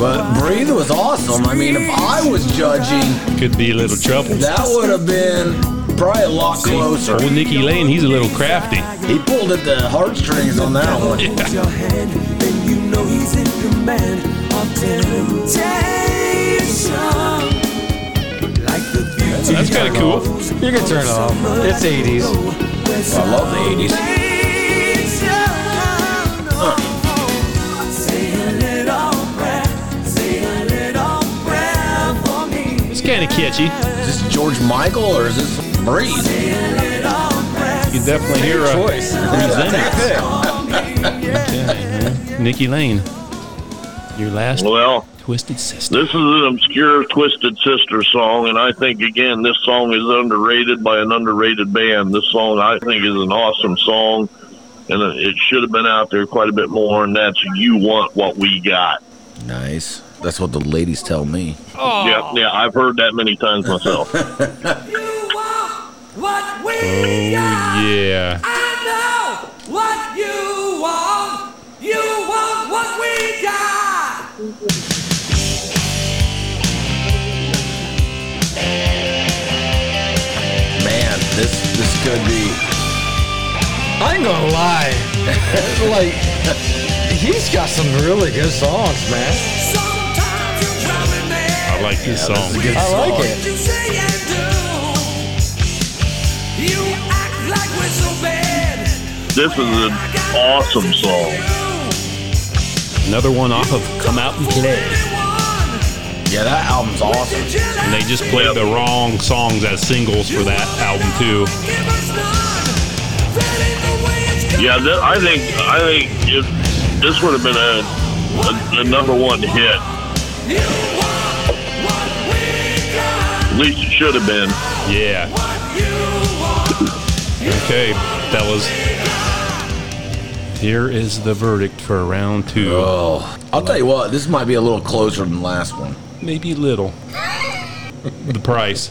[SPEAKER 3] But Breathe was awesome. I mean, if I was judging,
[SPEAKER 2] Could be a little trouble.
[SPEAKER 3] that would have been probably a lot closer.
[SPEAKER 2] Old Nicky Lane, he's a little crafty.
[SPEAKER 3] He pulled at the heartstrings on that one.
[SPEAKER 7] Hold your hand, then you know he's in command of temptation. Like the beauty
[SPEAKER 2] That's kind of cool.
[SPEAKER 4] You can turn it off. It's 80s.
[SPEAKER 3] I love the 80s.
[SPEAKER 2] It's kind of catchy.
[SPEAKER 3] Is this George Michael or is this Breathe?
[SPEAKER 2] You definitely hear uh, a
[SPEAKER 4] Choice.
[SPEAKER 2] Mm-hmm. Nicky Lane. Your last
[SPEAKER 5] Well,
[SPEAKER 2] Twisted Sister.
[SPEAKER 5] this is an obscure Twisted Sister song, and I think again this song is underrated by an underrated band. This song I think is an awesome song, and it should have been out there quite a bit more. And that's "You Want What We Got."
[SPEAKER 3] Nice. That's what the ladies tell me.
[SPEAKER 5] Yeah, yeah, I've heard that many times myself.
[SPEAKER 2] Oh, Yeah.
[SPEAKER 7] I know what you want. You want what we got.
[SPEAKER 3] Man, this this could be.
[SPEAKER 4] I ain't gonna lie. like, he's got some really good songs, man.
[SPEAKER 7] Sometimes you drive me mad.
[SPEAKER 2] I like this
[SPEAKER 3] Yeah,
[SPEAKER 2] song.
[SPEAKER 3] this is a good
[SPEAKER 4] I like
[SPEAKER 3] song.
[SPEAKER 4] it.
[SPEAKER 7] You say and do. You act like we're so bad.
[SPEAKER 5] This is an awesome song.
[SPEAKER 2] Another one off of Come Out and Play.
[SPEAKER 3] Yeah, that album's awesome.
[SPEAKER 2] And they just played the wrong songs as singles for that album too.
[SPEAKER 5] Yeah, th- I think I think if this would have been a, a, a number one hit. At least it should have been.
[SPEAKER 2] Yeah. Okay, fellas. Here is the verdict for round two.
[SPEAKER 3] Oh, I'll tell you what. This might be a little closer than the last one.
[SPEAKER 2] Maybe little. the price.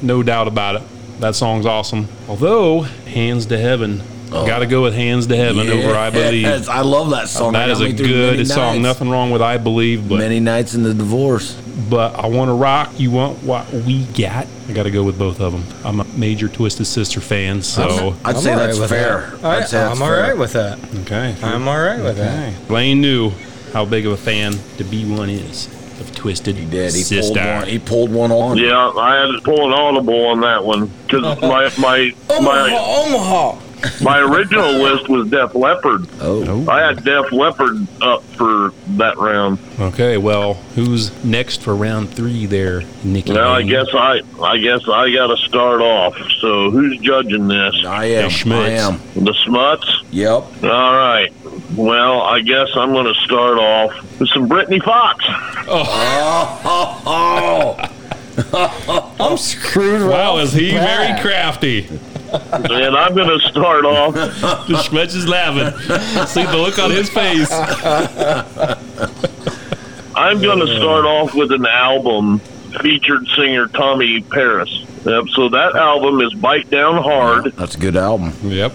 [SPEAKER 2] No doubt about it. That song's awesome. Although, Hands to Heaven. Gotta go with Hands to Heaven over I Believe.
[SPEAKER 3] Yes, I love Oh. that song.
[SPEAKER 2] That
[SPEAKER 3] It
[SPEAKER 2] is
[SPEAKER 3] got
[SPEAKER 2] a
[SPEAKER 3] me through many
[SPEAKER 2] good song.
[SPEAKER 3] nights.
[SPEAKER 2] Nothing wrong with I Believe, but
[SPEAKER 3] Many nights in the divorce.
[SPEAKER 2] but I want to rock. You want what we got? I got to go with both of them. I'm a major Twisted Sister fan, so
[SPEAKER 3] I'd say that's fair.
[SPEAKER 4] I,
[SPEAKER 3] I'd say that's
[SPEAKER 4] am all
[SPEAKER 3] fair.
[SPEAKER 4] right with that.
[SPEAKER 2] okay.
[SPEAKER 4] I'm all right with that.
[SPEAKER 2] okay. Blaine knew how big of a fan the B1 is of Twisted
[SPEAKER 3] He did. He
[SPEAKER 2] Sister.
[SPEAKER 3] pulled one. He pulled one on.
[SPEAKER 5] Yeah, I had to pull an audible on that one because my my
[SPEAKER 4] Oh.
[SPEAKER 5] my
[SPEAKER 4] Omaha.
[SPEAKER 5] my original list was Def Leppard.
[SPEAKER 3] Oh.
[SPEAKER 5] I had Def Leppard up for that round.
[SPEAKER 2] okay, well, who's next for round three there, Nikki?
[SPEAKER 5] Now I
[SPEAKER 2] Lane?
[SPEAKER 5] guess I I guess I got to start off. So who's judging this?
[SPEAKER 3] I am. I
[SPEAKER 2] Schmitz.
[SPEAKER 3] am.
[SPEAKER 5] The Smuts.
[SPEAKER 3] Yep.
[SPEAKER 5] All right. Well, I guess I'm going to start off with some Britney Fox.
[SPEAKER 3] Oh,
[SPEAKER 4] I'm screwed.
[SPEAKER 2] Wow, is he very
[SPEAKER 4] Bad.
[SPEAKER 2] crafty?
[SPEAKER 5] and I'm going to start off.
[SPEAKER 2] The Schmetz is laughing. See the look on his face.
[SPEAKER 5] I'm going to start off with an album featured singer Tommy Paris. Yep, so that album is Bite Down Hard,
[SPEAKER 3] that's a good album.
[SPEAKER 2] Yep.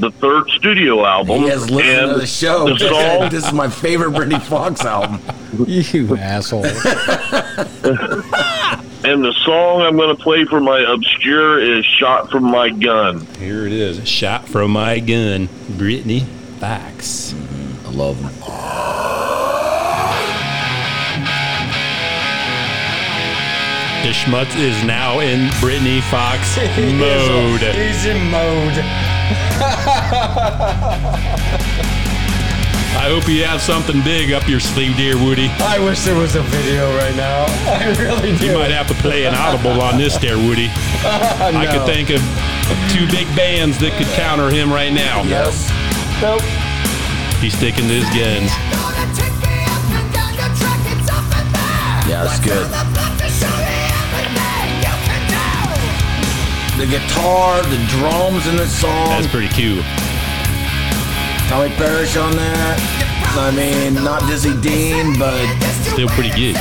[SPEAKER 5] the third studio album.
[SPEAKER 3] He has listened
[SPEAKER 5] and
[SPEAKER 3] to the show.
[SPEAKER 5] the song-
[SPEAKER 3] this is my favorite Britney Fox album.
[SPEAKER 4] You asshole.
[SPEAKER 5] and the song I'm going to play for my obscure is Shot from My Gun.
[SPEAKER 2] Here it is. Shot from my gun, Brittany Fox.
[SPEAKER 3] Mm-hmm. I love him.
[SPEAKER 2] The schmutz is now in Brittany Fox mode.
[SPEAKER 4] He's in mode.
[SPEAKER 2] I hope you have something big up your sleeve, dear Woody.
[SPEAKER 4] I wish there was a video right now. I really do.
[SPEAKER 2] You might have to play an audible on this, there, Woody. I could think of two big bands that could counter him right now.
[SPEAKER 3] Yes.
[SPEAKER 4] Nope.
[SPEAKER 2] He's sticking to his guns.
[SPEAKER 3] Yeah, that's good. The guitar, the drums in this song.
[SPEAKER 2] That's pretty cute.
[SPEAKER 3] Tommy Parrish on that. I mean, not Dizzy Dean, but
[SPEAKER 2] Still pretty good.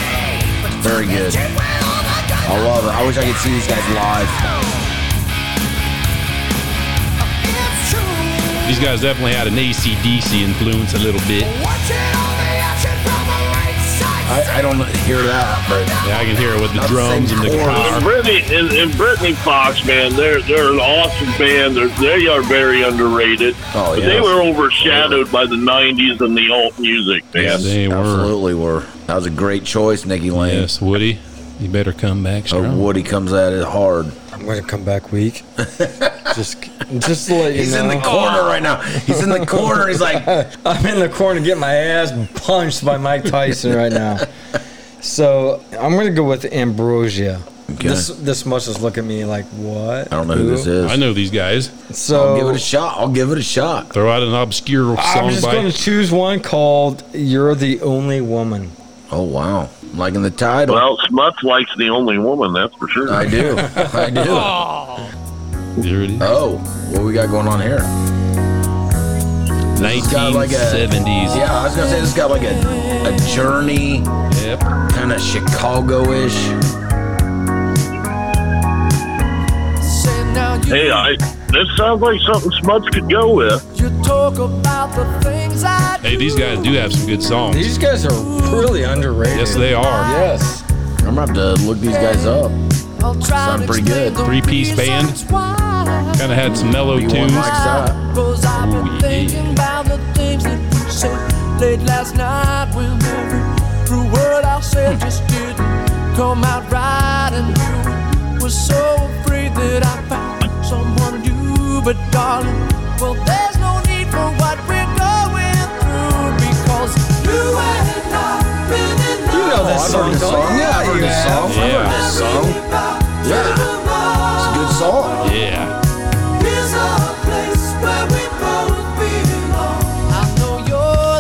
[SPEAKER 3] very good. I love it. I wish I could see these guys live.
[SPEAKER 2] These guys definitely had an ACDC influence a little bit.
[SPEAKER 3] I, I don't hear that, but
[SPEAKER 2] Yeah, I can hear it with the
[SPEAKER 3] Not the
[SPEAKER 2] drums
[SPEAKER 3] same
[SPEAKER 2] and the
[SPEAKER 3] chorus.
[SPEAKER 5] And
[SPEAKER 2] guitar.
[SPEAKER 5] Britney, and, and Britney Fox, man, they're they're an awesome band. They're, they are very underrated.
[SPEAKER 3] Oh,
[SPEAKER 5] But
[SPEAKER 3] yeah.
[SPEAKER 5] They were overshadowed by the '90s and the alt music, man.
[SPEAKER 2] They were.
[SPEAKER 3] absolutely were. That was a great choice, Nikki Lane.
[SPEAKER 2] Yes, Woody, you better come back
[SPEAKER 3] Oh,
[SPEAKER 2] strong.
[SPEAKER 3] Woody comes at it hard.
[SPEAKER 4] I'm gonna come back weak. just, just to let you
[SPEAKER 3] He's
[SPEAKER 4] know.
[SPEAKER 3] in the corner right now. He's in the corner. He's like,
[SPEAKER 4] I'm in the corner getting my ass punched by Mike Tyson right now. So I'm gonna go with Ambrosia.
[SPEAKER 3] Okay.
[SPEAKER 4] This this must just look at me like what?
[SPEAKER 3] I don't know who this is.
[SPEAKER 2] I know these guys.
[SPEAKER 4] So
[SPEAKER 3] I'll give it a shot. I'll give it a shot.
[SPEAKER 2] Throw out an obscure
[SPEAKER 4] I'm
[SPEAKER 2] song
[SPEAKER 4] just
[SPEAKER 2] by
[SPEAKER 4] gonna choose one called "You're the Only Woman."
[SPEAKER 3] Oh wow! I'm liking the title.
[SPEAKER 5] Well, Smuts likes the only woman, that's for sure.
[SPEAKER 3] I do. I do.
[SPEAKER 2] Oh. There it is.
[SPEAKER 3] Oh, what we got going on here? It's got like a
[SPEAKER 2] 1970s.
[SPEAKER 3] Yeah, I was gonna say this got like a a journey
[SPEAKER 2] Yep.
[SPEAKER 3] kind of Chicago-ish.
[SPEAKER 5] Hey, I It sounds like something Smuts could go with.
[SPEAKER 7] You talk about the things I
[SPEAKER 2] Hey, these guys do have some good songs.
[SPEAKER 4] These guys are really underrated.
[SPEAKER 2] Yes, they are.
[SPEAKER 4] Yes.
[SPEAKER 3] I'm gonna have to look these guys up.
[SPEAKER 7] I'll try
[SPEAKER 3] Sound
[SPEAKER 7] to
[SPEAKER 3] pretty
[SPEAKER 7] explain
[SPEAKER 3] good.
[SPEAKER 7] the
[SPEAKER 2] Three-piece band.
[SPEAKER 7] reasons why.
[SPEAKER 2] Kind of had some mellow
[SPEAKER 3] You
[SPEAKER 2] tunes.
[SPEAKER 3] want Mike's up?
[SPEAKER 7] Cause I've been
[SPEAKER 2] Oh, yeah.
[SPEAKER 7] thinking about the things that we said late last night when every true word I said just didn't come out right and you were so afraid that I found someone new but darling well there's no need for what we're going through because you and I been in love
[SPEAKER 4] You know
[SPEAKER 3] Oh,
[SPEAKER 4] this
[SPEAKER 3] I've heard
[SPEAKER 4] song,
[SPEAKER 3] this
[SPEAKER 4] don't
[SPEAKER 3] song.
[SPEAKER 4] you?
[SPEAKER 3] Yeah, I've heard this
[SPEAKER 4] Yeah.
[SPEAKER 3] song. I've heard
[SPEAKER 2] Yeah.
[SPEAKER 3] this song. Yeah, it's a good song.
[SPEAKER 2] Yeah.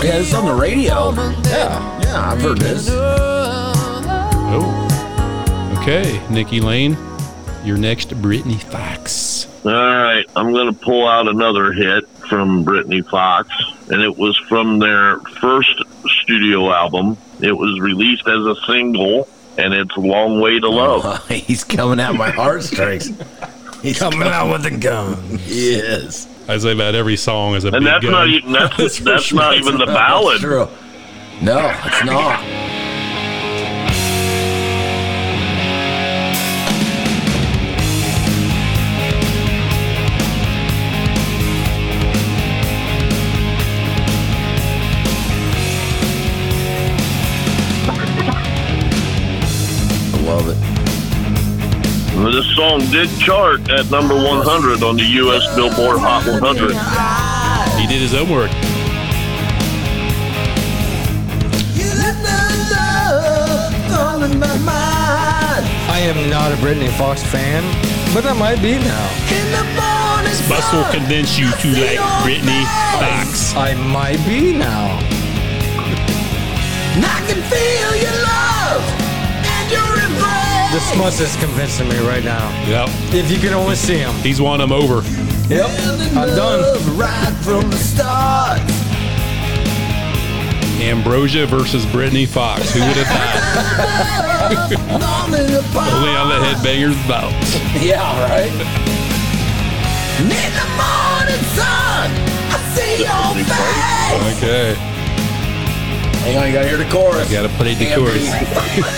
[SPEAKER 3] Yeah, it's on the radio.
[SPEAKER 4] Yeah.
[SPEAKER 3] Yeah, I've heard this.
[SPEAKER 2] Oh. Okay, Nikki Lane, your next Brittany Fox.
[SPEAKER 5] All right, I'm going to pull out another hit from Britney Fox, and it was from their first studio album. It was released as a single, and it's Long Way to Love.
[SPEAKER 3] He's coming out my heartstrings. He's coming out with a gun. Yes.
[SPEAKER 2] I say about every song is a big
[SPEAKER 5] And that's
[SPEAKER 2] gun.
[SPEAKER 5] not even that's, that's not even the ballad.
[SPEAKER 3] True. No, it's not. I love it.
[SPEAKER 5] This song did chart at number 100 on the U.S. Billboard Hot 100.
[SPEAKER 2] he did his homework.
[SPEAKER 4] I am not a Britney Fox fan, but I might be now.
[SPEAKER 2] Bus will convince you to like Brittany Fox.
[SPEAKER 4] I might be now.
[SPEAKER 3] I can feel your love and your embrace.
[SPEAKER 4] The smuts is convincing me right now.
[SPEAKER 2] Yep,
[SPEAKER 4] If you can only see them.
[SPEAKER 2] he's won him over.
[SPEAKER 4] Yep. I'm done.
[SPEAKER 3] Right from the start.
[SPEAKER 2] Ambrosia versus Brittany Fox. Who would have thought? Only on the headbangers bout.
[SPEAKER 3] Yeah, right. In the morning sun, I see your face.
[SPEAKER 2] Okay,
[SPEAKER 3] Hang on, you gotta hear the chorus.
[SPEAKER 2] got to play the chorus.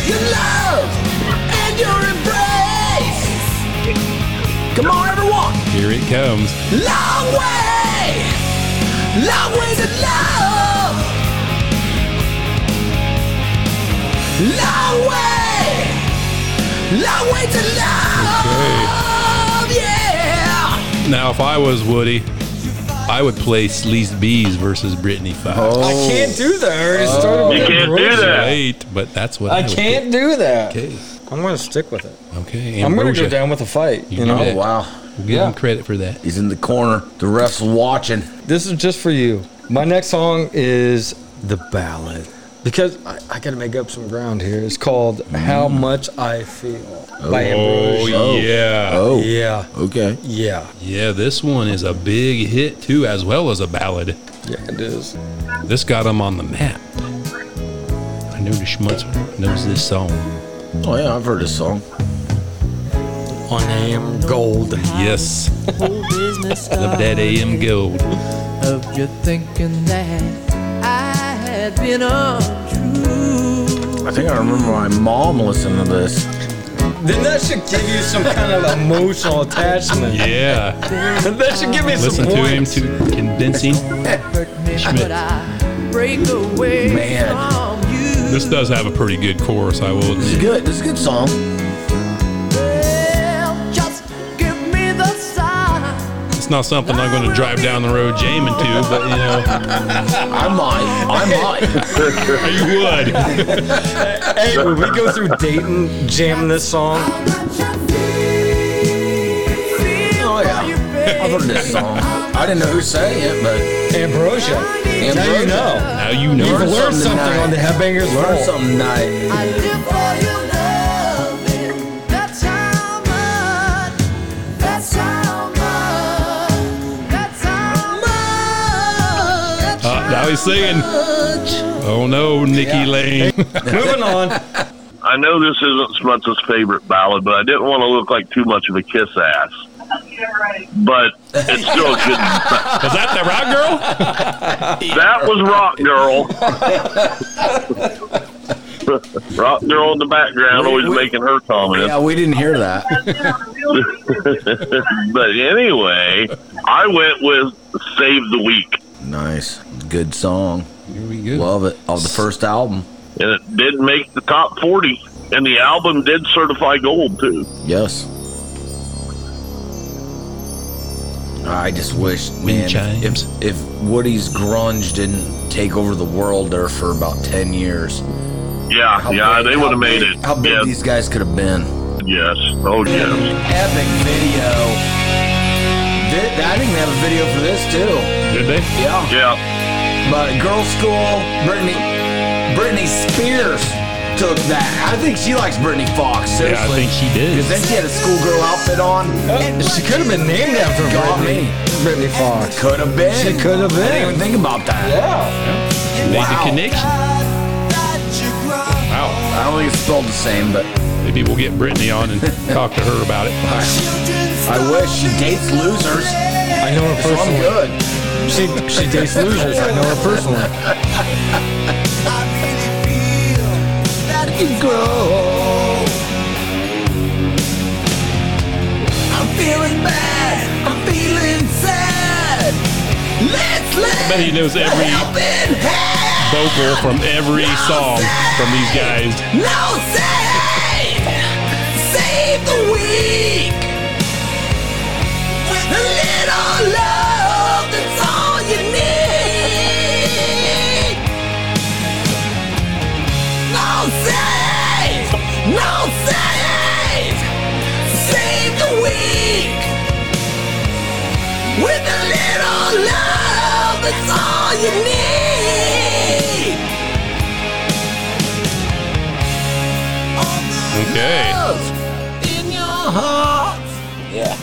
[SPEAKER 3] Your love and your embrace. Come on, everyone.
[SPEAKER 2] Here it comes.
[SPEAKER 3] Long way. Long way to love. Long way. Long way to love. Yeah.
[SPEAKER 2] Now, if I was Woody, I would play Sleaze Bees versus Brittany Fox.
[SPEAKER 3] Oh.
[SPEAKER 4] I can't do that. I already started with
[SPEAKER 5] You can't do
[SPEAKER 4] Ambrosia.
[SPEAKER 5] that.
[SPEAKER 2] Right, but that's what I,
[SPEAKER 4] I
[SPEAKER 2] would
[SPEAKER 4] can't do that.
[SPEAKER 2] do. Okay,
[SPEAKER 4] I'm gonna stick with it.
[SPEAKER 2] okay.
[SPEAKER 4] I'm gonna go
[SPEAKER 2] Ambrosia.
[SPEAKER 4] down with a fight. You
[SPEAKER 2] You
[SPEAKER 4] know,
[SPEAKER 2] bet.
[SPEAKER 3] wow.
[SPEAKER 2] Give him credit for that.
[SPEAKER 3] He's in the corner. The ref's watching.
[SPEAKER 4] this is just for you. My next song is the ballad because I, I gotta make up some ground here. It's called "How Much I Feel" by
[SPEAKER 2] Oh,
[SPEAKER 4] Ambrosia.
[SPEAKER 2] yeah.
[SPEAKER 3] Oh.
[SPEAKER 4] Yeah,
[SPEAKER 3] Okay.
[SPEAKER 4] yeah,
[SPEAKER 2] Yeah, this one is a big hit too, as well as a ballad.
[SPEAKER 4] yeah. It is.
[SPEAKER 2] This got him on the map. I know the schmutz knows this song.
[SPEAKER 3] Oh yeah, I've heard this song.
[SPEAKER 4] On AM Gold.
[SPEAKER 2] Yes,
[SPEAKER 7] whole business
[SPEAKER 2] love that AM gold.
[SPEAKER 7] of you thinking that I had been untrue.
[SPEAKER 3] I think I remember my mom listening to this.
[SPEAKER 4] Then that should give you some kind of emotional attachment.
[SPEAKER 2] Yeah,
[SPEAKER 4] That should give me
[SPEAKER 2] listen to
[SPEAKER 4] some
[SPEAKER 2] him
[SPEAKER 4] points.
[SPEAKER 2] to convincing.
[SPEAKER 7] Hurt me, but I break away
[SPEAKER 3] Man.
[SPEAKER 7] from you.
[SPEAKER 2] This does have a pretty good chorus, I will
[SPEAKER 3] This is
[SPEAKER 2] admit.
[SPEAKER 3] good. This is a good song.
[SPEAKER 7] Well, just give me the sign.
[SPEAKER 2] It's not something I'm going to drive down the road jamming to, but you know,
[SPEAKER 3] I might. I might.
[SPEAKER 2] you would.
[SPEAKER 4] Hey, when we go through Dayton jamming this song,
[SPEAKER 2] Uh,
[SPEAKER 7] Feel
[SPEAKER 3] Oh, yeah.
[SPEAKER 7] for you, babe.
[SPEAKER 3] I've heard this song. I didn't know who sang it, but
[SPEAKER 4] Ambrosia. Now
[SPEAKER 3] Ambrosia.
[SPEAKER 4] you know.
[SPEAKER 2] Now you
[SPEAKER 4] You've
[SPEAKER 2] know.
[SPEAKER 3] Learn
[SPEAKER 4] learned
[SPEAKER 3] something
[SPEAKER 4] something
[SPEAKER 3] tonight.
[SPEAKER 4] on the Headbangers
[SPEAKER 3] Learn
[SPEAKER 4] Ball.
[SPEAKER 3] something tonight.
[SPEAKER 7] I live for your loving. That's how much. That's how much. That's how much.
[SPEAKER 2] Uh, now he's singing. Oh no, Nikki Lane.
[SPEAKER 4] Moving on.
[SPEAKER 5] I know this isn't Smuts' favorite ballad, but I didn't want to look like too much of a kiss ass. but it's still a good.
[SPEAKER 2] Was that the rock girl?
[SPEAKER 5] That was Rock Girl. Rock Girl in the background,
[SPEAKER 3] We-
[SPEAKER 5] always
[SPEAKER 3] we-
[SPEAKER 5] making her comments.
[SPEAKER 3] Yeah, we didn't hear that.
[SPEAKER 5] But anyway, I went with Save the Week,
[SPEAKER 3] nice. Good song.
[SPEAKER 2] Here we go.
[SPEAKER 3] Love it. Of the first album.
[SPEAKER 5] and it did make the top 40. And the album did certify gold, too.
[SPEAKER 3] Yes. I just wish, man,
[SPEAKER 2] chimes.
[SPEAKER 3] if, if Woody's grunge didn't take over the world there for about 10 years,
[SPEAKER 5] Yeah,
[SPEAKER 3] how
[SPEAKER 5] yeah,
[SPEAKER 3] big-
[SPEAKER 5] they would
[SPEAKER 3] how
[SPEAKER 5] have made
[SPEAKER 3] big-
[SPEAKER 5] it.
[SPEAKER 3] How big
[SPEAKER 5] yes,
[SPEAKER 3] these guys could have been.
[SPEAKER 5] yes. Oh, yes.
[SPEAKER 3] Epic video. Thi- I think they have a video for this too.
[SPEAKER 2] Did they?
[SPEAKER 3] Yeah.
[SPEAKER 5] Yeah,
[SPEAKER 3] But Girl School, Britney, Britney Spears took that. I think she likes Britney Fox. Seriously.
[SPEAKER 2] Yeah, I think she
[SPEAKER 3] Because then
[SPEAKER 2] did.
[SPEAKER 3] she had a schoolgirl outfit on.
[SPEAKER 4] She could have been named after
[SPEAKER 3] Got
[SPEAKER 4] Britney. Britney Fox.
[SPEAKER 3] Could have been.
[SPEAKER 4] She could have
[SPEAKER 3] I didn't
[SPEAKER 4] been.
[SPEAKER 3] even think about that.
[SPEAKER 4] Yeah.
[SPEAKER 2] Made the
[SPEAKER 3] Wow.
[SPEAKER 2] connection. Wow.
[SPEAKER 3] I don't think it's spelled the same, but
[SPEAKER 2] Maybe we'll get Brittany on and talk to her about it.
[SPEAKER 3] I wish she dates losers.
[SPEAKER 4] I know her
[SPEAKER 3] So I'm
[SPEAKER 4] personally.
[SPEAKER 3] good.
[SPEAKER 4] She she dates losers. I know her personally.
[SPEAKER 3] I'm feeling bad. I'm feeling sad. Let's
[SPEAKER 2] I bet he knows every
[SPEAKER 3] in hell.
[SPEAKER 2] vocal from every song from these guys.
[SPEAKER 3] No save. Save the weak. With a little love, that's all you need. No save. No save. Save the weak. With a little love, that's all you need.
[SPEAKER 2] Okay.
[SPEAKER 3] Yeah.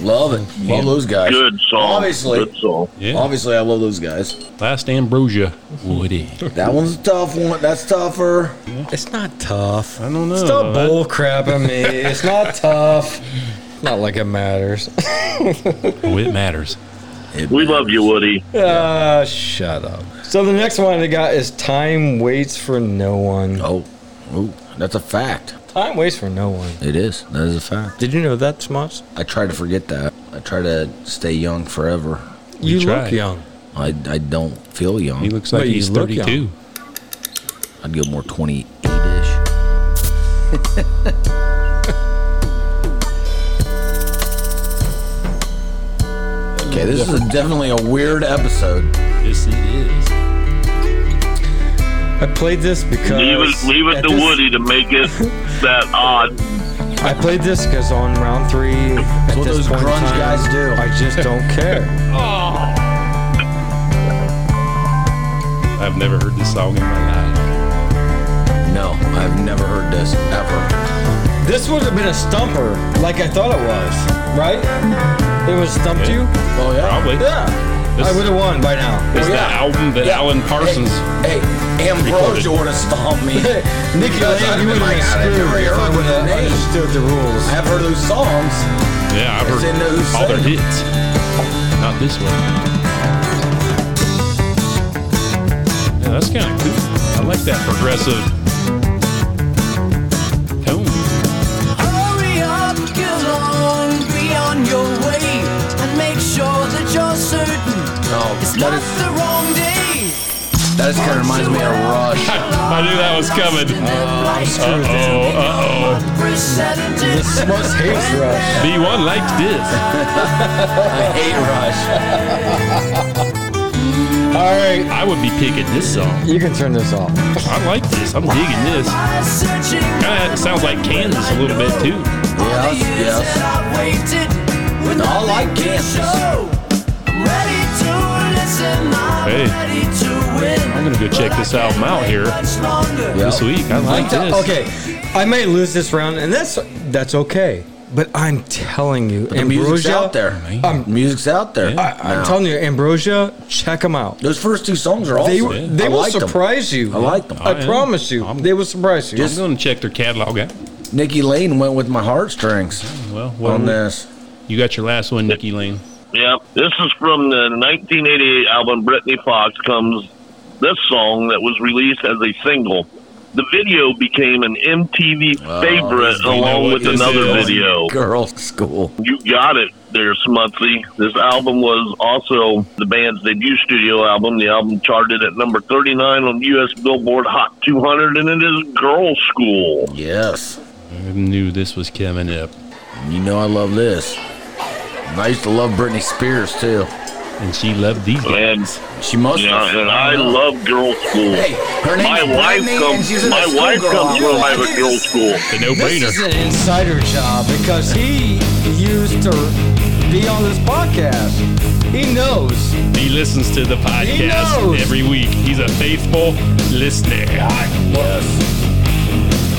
[SPEAKER 3] Love it. Love those guys.
[SPEAKER 5] good song.
[SPEAKER 3] Obviously.
[SPEAKER 5] Good song.
[SPEAKER 2] Yeah.
[SPEAKER 3] Obviously, I love those guys.
[SPEAKER 2] Last Ambrosia. Woody.
[SPEAKER 3] That one's a tough one. That's tougher.
[SPEAKER 4] It's not tough.
[SPEAKER 2] I don't know.
[SPEAKER 4] Stop
[SPEAKER 2] That-
[SPEAKER 4] bull crap at me. It's not tough. Not like it matters.
[SPEAKER 2] Oh, it matters.
[SPEAKER 5] We love you, Woody.
[SPEAKER 4] Uh, shut up. So the next one I got is time waits for no one.
[SPEAKER 3] Oh, Ooh, that's a fact.
[SPEAKER 4] Time waits for no one.
[SPEAKER 3] It is. That is a fact.
[SPEAKER 4] Did you know that, Smosh?
[SPEAKER 3] I try to forget that. I try to stay young forever.
[SPEAKER 4] You
[SPEAKER 2] tried.
[SPEAKER 4] look young.
[SPEAKER 3] I, I don't feel young.
[SPEAKER 2] He looks like
[SPEAKER 4] But you
[SPEAKER 2] he's
[SPEAKER 4] look young.
[SPEAKER 2] 32.
[SPEAKER 3] I'd go more 28 ish. Okay, this is a- definitely a weird episode.
[SPEAKER 2] Yes, it is.
[SPEAKER 4] I played this because
[SPEAKER 5] Leave it, leave it
[SPEAKER 4] at
[SPEAKER 5] to
[SPEAKER 4] this-
[SPEAKER 5] Woody to make it that odd.
[SPEAKER 4] I played this because on round three, at
[SPEAKER 3] what
[SPEAKER 4] this
[SPEAKER 3] those
[SPEAKER 4] point in
[SPEAKER 3] grunge
[SPEAKER 4] time,
[SPEAKER 3] guys do.
[SPEAKER 4] I just don't care.
[SPEAKER 2] I've never heard this song in my life.
[SPEAKER 3] No, I've never heard this ever.
[SPEAKER 4] This would have been a stumper, like I thought it was, right? It was stumped
[SPEAKER 2] Yeah.
[SPEAKER 4] you.
[SPEAKER 3] Oh
[SPEAKER 2] Probably.
[SPEAKER 4] Yeah,
[SPEAKER 2] This-
[SPEAKER 4] I would have won by now.
[SPEAKER 2] It's
[SPEAKER 3] Oh, yeah.
[SPEAKER 2] the album that Alan Parsons.
[SPEAKER 3] Hey, hey Ambrosia would have stomped me.
[SPEAKER 4] Nicky
[SPEAKER 3] Because I'd
[SPEAKER 4] Lane, you
[SPEAKER 3] been
[SPEAKER 4] would have
[SPEAKER 3] like,
[SPEAKER 4] been
[SPEAKER 3] I never
[SPEAKER 4] screwed if
[SPEAKER 3] heard
[SPEAKER 4] I
[SPEAKER 3] of
[SPEAKER 4] would have
[SPEAKER 3] the name.
[SPEAKER 4] understood the rules.
[SPEAKER 3] I've heard those songs.
[SPEAKER 2] Yeah, I've
[SPEAKER 3] It's in the
[SPEAKER 2] heard
[SPEAKER 3] Who
[SPEAKER 2] all their
[SPEAKER 3] Said It.
[SPEAKER 2] hits. Not this one. Yeah, that's kind of cool. I like that progressive tone.
[SPEAKER 7] Hurry up, get along, be on your way, and make sure that you're certain
[SPEAKER 3] No,
[SPEAKER 7] it's
[SPEAKER 3] that
[SPEAKER 7] not
[SPEAKER 3] is
[SPEAKER 7] the wrong day.
[SPEAKER 3] that just kind of reminds me of Rush.
[SPEAKER 2] I knew that was coming.
[SPEAKER 7] Uh
[SPEAKER 2] Oh, uh oh.
[SPEAKER 4] This must hate rush.
[SPEAKER 2] B1 liked this.
[SPEAKER 3] I hate Rush.
[SPEAKER 4] All right,
[SPEAKER 2] I would be picking this song.
[SPEAKER 4] you can turn this off.
[SPEAKER 2] I like this. I'm digging this. Kind of sounds like Kansas a little bit too.
[SPEAKER 3] Yes, yes.
[SPEAKER 7] yes.
[SPEAKER 3] No, I like Kansas.
[SPEAKER 7] Ready to listen, I'm
[SPEAKER 2] Hey.
[SPEAKER 7] ready to win.
[SPEAKER 2] I'm gonna go check this album out here
[SPEAKER 7] Yeah.
[SPEAKER 2] this week. I like this.
[SPEAKER 4] Okay, I may lose this round, and that's that's okay. But I'm telling you,
[SPEAKER 3] The music's out there. Um,
[SPEAKER 4] I'm-
[SPEAKER 3] music's out there.
[SPEAKER 4] I, I'm
[SPEAKER 3] No.
[SPEAKER 4] telling you, Ambrosia, check them out.
[SPEAKER 3] Those first two songs are awesome.
[SPEAKER 4] They
[SPEAKER 2] yeah.
[SPEAKER 4] they
[SPEAKER 3] I
[SPEAKER 4] will
[SPEAKER 3] liked 'em.
[SPEAKER 4] surprise you.
[SPEAKER 3] I liked 'em.
[SPEAKER 4] I,
[SPEAKER 2] I am.
[SPEAKER 4] promise you,
[SPEAKER 2] Oh, I'm-
[SPEAKER 4] they will surprise you.
[SPEAKER 2] I'm gonna check their catalog out.
[SPEAKER 3] Nikki Lane went with my heartstrings
[SPEAKER 2] Well, what
[SPEAKER 3] on
[SPEAKER 2] are,
[SPEAKER 3] this.
[SPEAKER 2] we, You got your last one, Nikki Lane.
[SPEAKER 5] Yep. This is from the 1988 album Britney Fox comes this song that was released as a single. The video became an MTV favorite
[SPEAKER 2] know
[SPEAKER 5] along
[SPEAKER 2] what
[SPEAKER 5] with
[SPEAKER 2] this
[SPEAKER 5] another
[SPEAKER 2] is.
[SPEAKER 5] video.
[SPEAKER 3] Girls school.
[SPEAKER 5] You got it there, Smutsy. This album was also the band's debut studio album. The album charted at number 39 on U.S. Billboard Hot 200, and it is Girls School.
[SPEAKER 3] Yes.
[SPEAKER 2] I knew this was coming up.
[SPEAKER 3] You know I love this. And I used to love Britney Spears too.
[SPEAKER 2] And she loved these
[SPEAKER 5] And,
[SPEAKER 2] guys.
[SPEAKER 3] She must. have.
[SPEAKER 5] yeah, and I love Girls School.
[SPEAKER 3] Hey, her name
[SPEAKER 5] my
[SPEAKER 3] is
[SPEAKER 5] wife
[SPEAKER 3] Britney, and she's
[SPEAKER 5] comes.
[SPEAKER 3] in a
[SPEAKER 5] My wife
[SPEAKER 3] schoolgirl
[SPEAKER 5] comes from
[SPEAKER 3] outfit.
[SPEAKER 5] my girls' school.
[SPEAKER 2] The no
[SPEAKER 4] This is
[SPEAKER 2] brainer.
[SPEAKER 4] an insider job because he used to be on this podcast. He knows.
[SPEAKER 2] He listens to the podcast
[SPEAKER 4] knows.
[SPEAKER 2] every week. He's a faithful listener.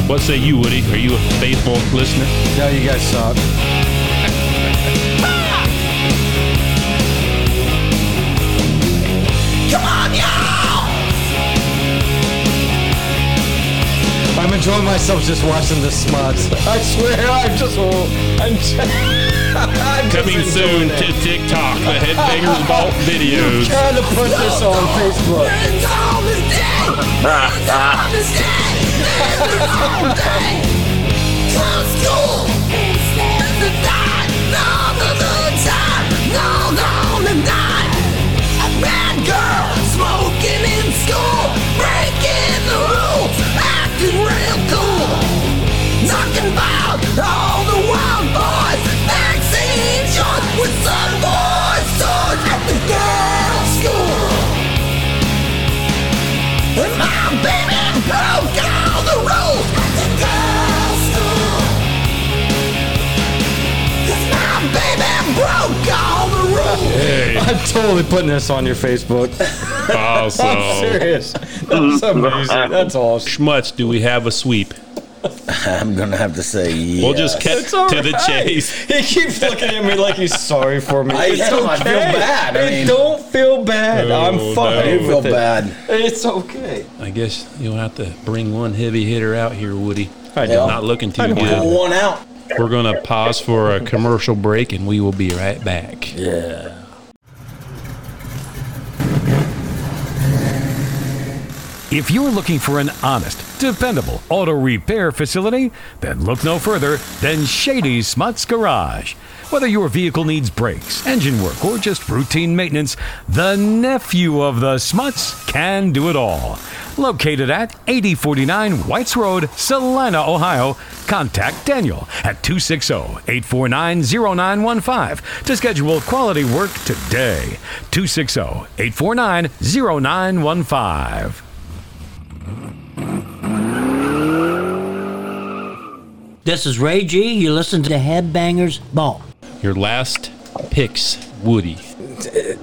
[SPEAKER 2] What say you, Woody? Are you a faithful listener?
[SPEAKER 4] No, you guys suck. I'm enjoying myself just watching the smuts. I swear, I'm just, I'm just, I'm just
[SPEAKER 2] Coming soon
[SPEAKER 4] enjoying
[SPEAKER 2] to
[SPEAKER 4] it.
[SPEAKER 2] TikTok, the Headbangers Vault videos.
[SPEAKER 4] Trying to put this on Facebook.
[SPEAKER 7] All the wild boys, vaccine shot with some boys, swords at the girls' school. And my baby broke all the rules at the girls' school. 'Cause my baby broke all the rules.
[SPEAKER 2] Hey,
[SPEAKER 4] I'm totally putting this on your Facebook. I'm
[SPEAKER 2] also,
[SPEAKER 4] serious. That's amazing. That's awesome.
[SPEAKER 2] Schmutz, do we have a sweep?
[SPEAKER 3] I'm gonna have to say yes.
[SPEAKER 2] We'll just cut
[SPEAKER 4] It's all
[SPEAKER 2] to the
[SPEAKER 4] right.
[SPEAKER 2] chase.
[SPEAKER 4] He keeps looking at me like he's sorry for me.
[SPEAKER 3] I
[SPEAKER 4] it's
[SPEAKER 3] am. I feel bad. I mean-
[SPEAKER 4] don't feel bad.
[SPEAKER 2] No,
[SPEAKER 4] I'm fine.
[SPEAKER 2] no.
[SPEAKER 3] I do feel
[SPEAKER 4] with it.
[SPEAKER 3] bad.
[SPEAKER 4] It's okay.
[SPEAKER 2] I guess you'll have to bring one heavy hitter out here, Woody.
[SPEAKER 4] I
[SPEAKER 3] Yeah.
[SPEAKER 2] Not looking too
[SPEAKER 3] Pull
[SPEAKER 2] good.
[SPEAKER 3] one out.
[SPEAKER 2] We're going to pause for a commercial break and we will be right back.
[SPEAKER 3] Yeah.
[SPEAKER 1] If you're looking for an honest, dependable auto repair facility, then look no further than Shady Smuts Garage. Whether your vehicle needs brakes, engine work, or just routine maintenance, the nephew of the Smuts can do it all. Located at 8049 Whites Road, Salina, Ohio, contact Daniel at oh, 260 849 0915 to schedule quality work today. oh, 260 849 0915.
[SPEAKER 8] This is Ray G. You listen to the Headbangers Ball.
[SPEAKER 2] Your last picks, Woody.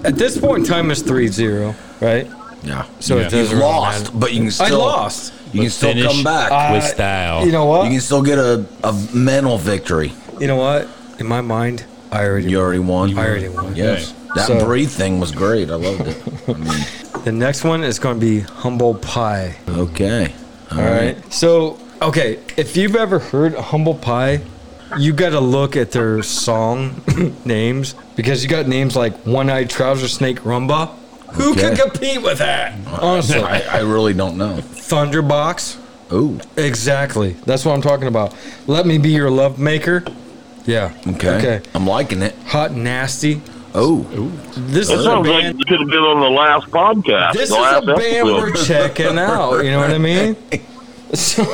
[SPEAKER 4] At this point in time, it's 3 0, right?
[SPEAKER 3] Yeah.
[SPEAKER 4] So
[SPEAKER 2] Yeah.
[SPEAKER 4] it does
[SPEAKER 3] You lost, but you can still.
[SPEAKER 4] I lost.
[SPEAKER 3] You can
[SPEAKER 2] But
[SPEAKER 3] still
[SPEAKER 2] finish-
[SPEAKER 3] come back.
[SPEAKER 2] With
[SPEAKER 4] Uh,
[SPEAKER 2] style.
[SPEAKER 4] You know
[SPEAKER 3] you
[SPEAKER 4] what?
[SPEAKER 3] can still get a, a mental victory.
[SPEAKER 4] You know what? In my mind, I already
[SPEAKER 3] You already won.
[SPEAKER 4] I already won.
[SPEAKER 3] Yes. That
[SPEAKER 4] So-
[SPEAKER 3] breathe thing was great. I loved it.
[SPEAKER 4] The next one is going to be humble pie.
[SPEAKER 3] Okay.
[SPEAKER 4] All right. So, okay, if you've ever heard humble pie, you got to look at their song names because you got names like One Eyed Trouser Snake Rumba. Who
[SPEAKER 3] Okay.
[SPEAKER 4] can compete with that? Honestly,
[SPEAKER 3] I, I really don't know.
[SPEAKER 4] Thunderbox.
[SPEAKER 3] Ooh.
[SPEAKER 4] Exactly. That's what I'm talking about. Let me be your love maker. Yeah.
[SPEAKER 3] Okay.
[SPEAKER 4] Okay.
[SPEAKER 3] I'm liking it.
[SPEAKER 4] Hot nasty.
[SPEAKER 3] Oh.
[SPEAKER 4] This
[SPEAKER 5] That
[SPEAKER 4] is a
[SPEAKER 5] sounds like
[SPEAKER 4] band.
[SPEAKER 5] it could have been on the last podcast.
[SPEAKER 4] This is
[SPEAKER 5] the
[SPEAKER 4] a
[SPEAKER 5] last
[SPEAKER 4] band
[SPEAKER 5] episode.
[SPEAKER 4] we're checking out. You know what I mean? So.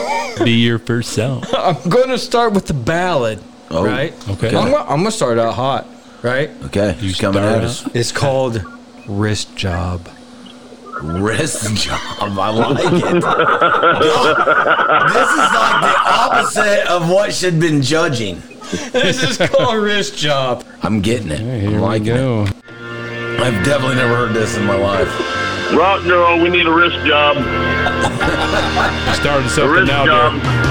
[SPEAKER 2] Be your first self.
[SPEAKER 4] I'm going to start with the ballad,
[SPEAKER 3] Oh,
[SPEAKER 4] right?
[SPEAKER 2] okay.
[SPEAKER 4] I'm, gonna- I'm going to start out hot, right?
[SPEAKER 3] Okay. He's coming
[SPEAKER 2] start
[SPEAKER 3] at
[SPEAKER 2] out.
[SPEAKER 3] us.
[SPEAKER 4] It's called Wrist Job.
[SPEAKER 3] Wrist job. I like it. this is like the opposite of what should been judging.
[SPEAKER 4] this is called Wrist Job.
[SPEAKER 3] I'm getting it. I'm liking it.
[SPEAKER 2] go.
[SPEAKER 3] I've definitely never heard this in my life.
[SPEAKER 5] Rock girl, we need a wrist job.
[SPEAKER 2] Starting
[SPEAKER 5] A
[SPEAKER 2] something
[SPEAKER 5] wrist
[SPEAKER 2] now,
[SPEAKER 5] job.
[SPEAKER 2] there.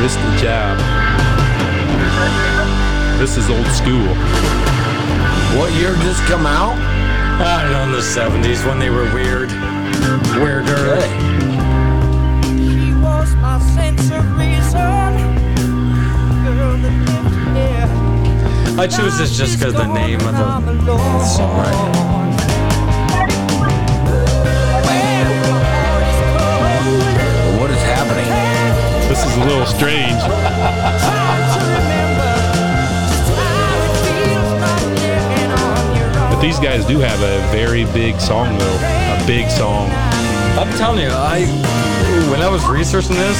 [SPEAKER 2] Wrist the job. This is old school.
[SPEAKER 3] What year did this come out?
[SPEAKER 4] I don't know, in the 70s when they were weird. Weirder.
[SPEAKER 3] Okay.
[SPEAKER 7] She was my sense of reason, girl that lived here.
[SPEAKER 4] I choose this just because the name of the
[SPEAKER 7] the song.
[SPEAKER 3] What is happening?
[SPEAKER 2] This is a little strange. But these guys do have a very big song, though. A big song.
[SPEAKER 4] I'm telling you, I when I was researching this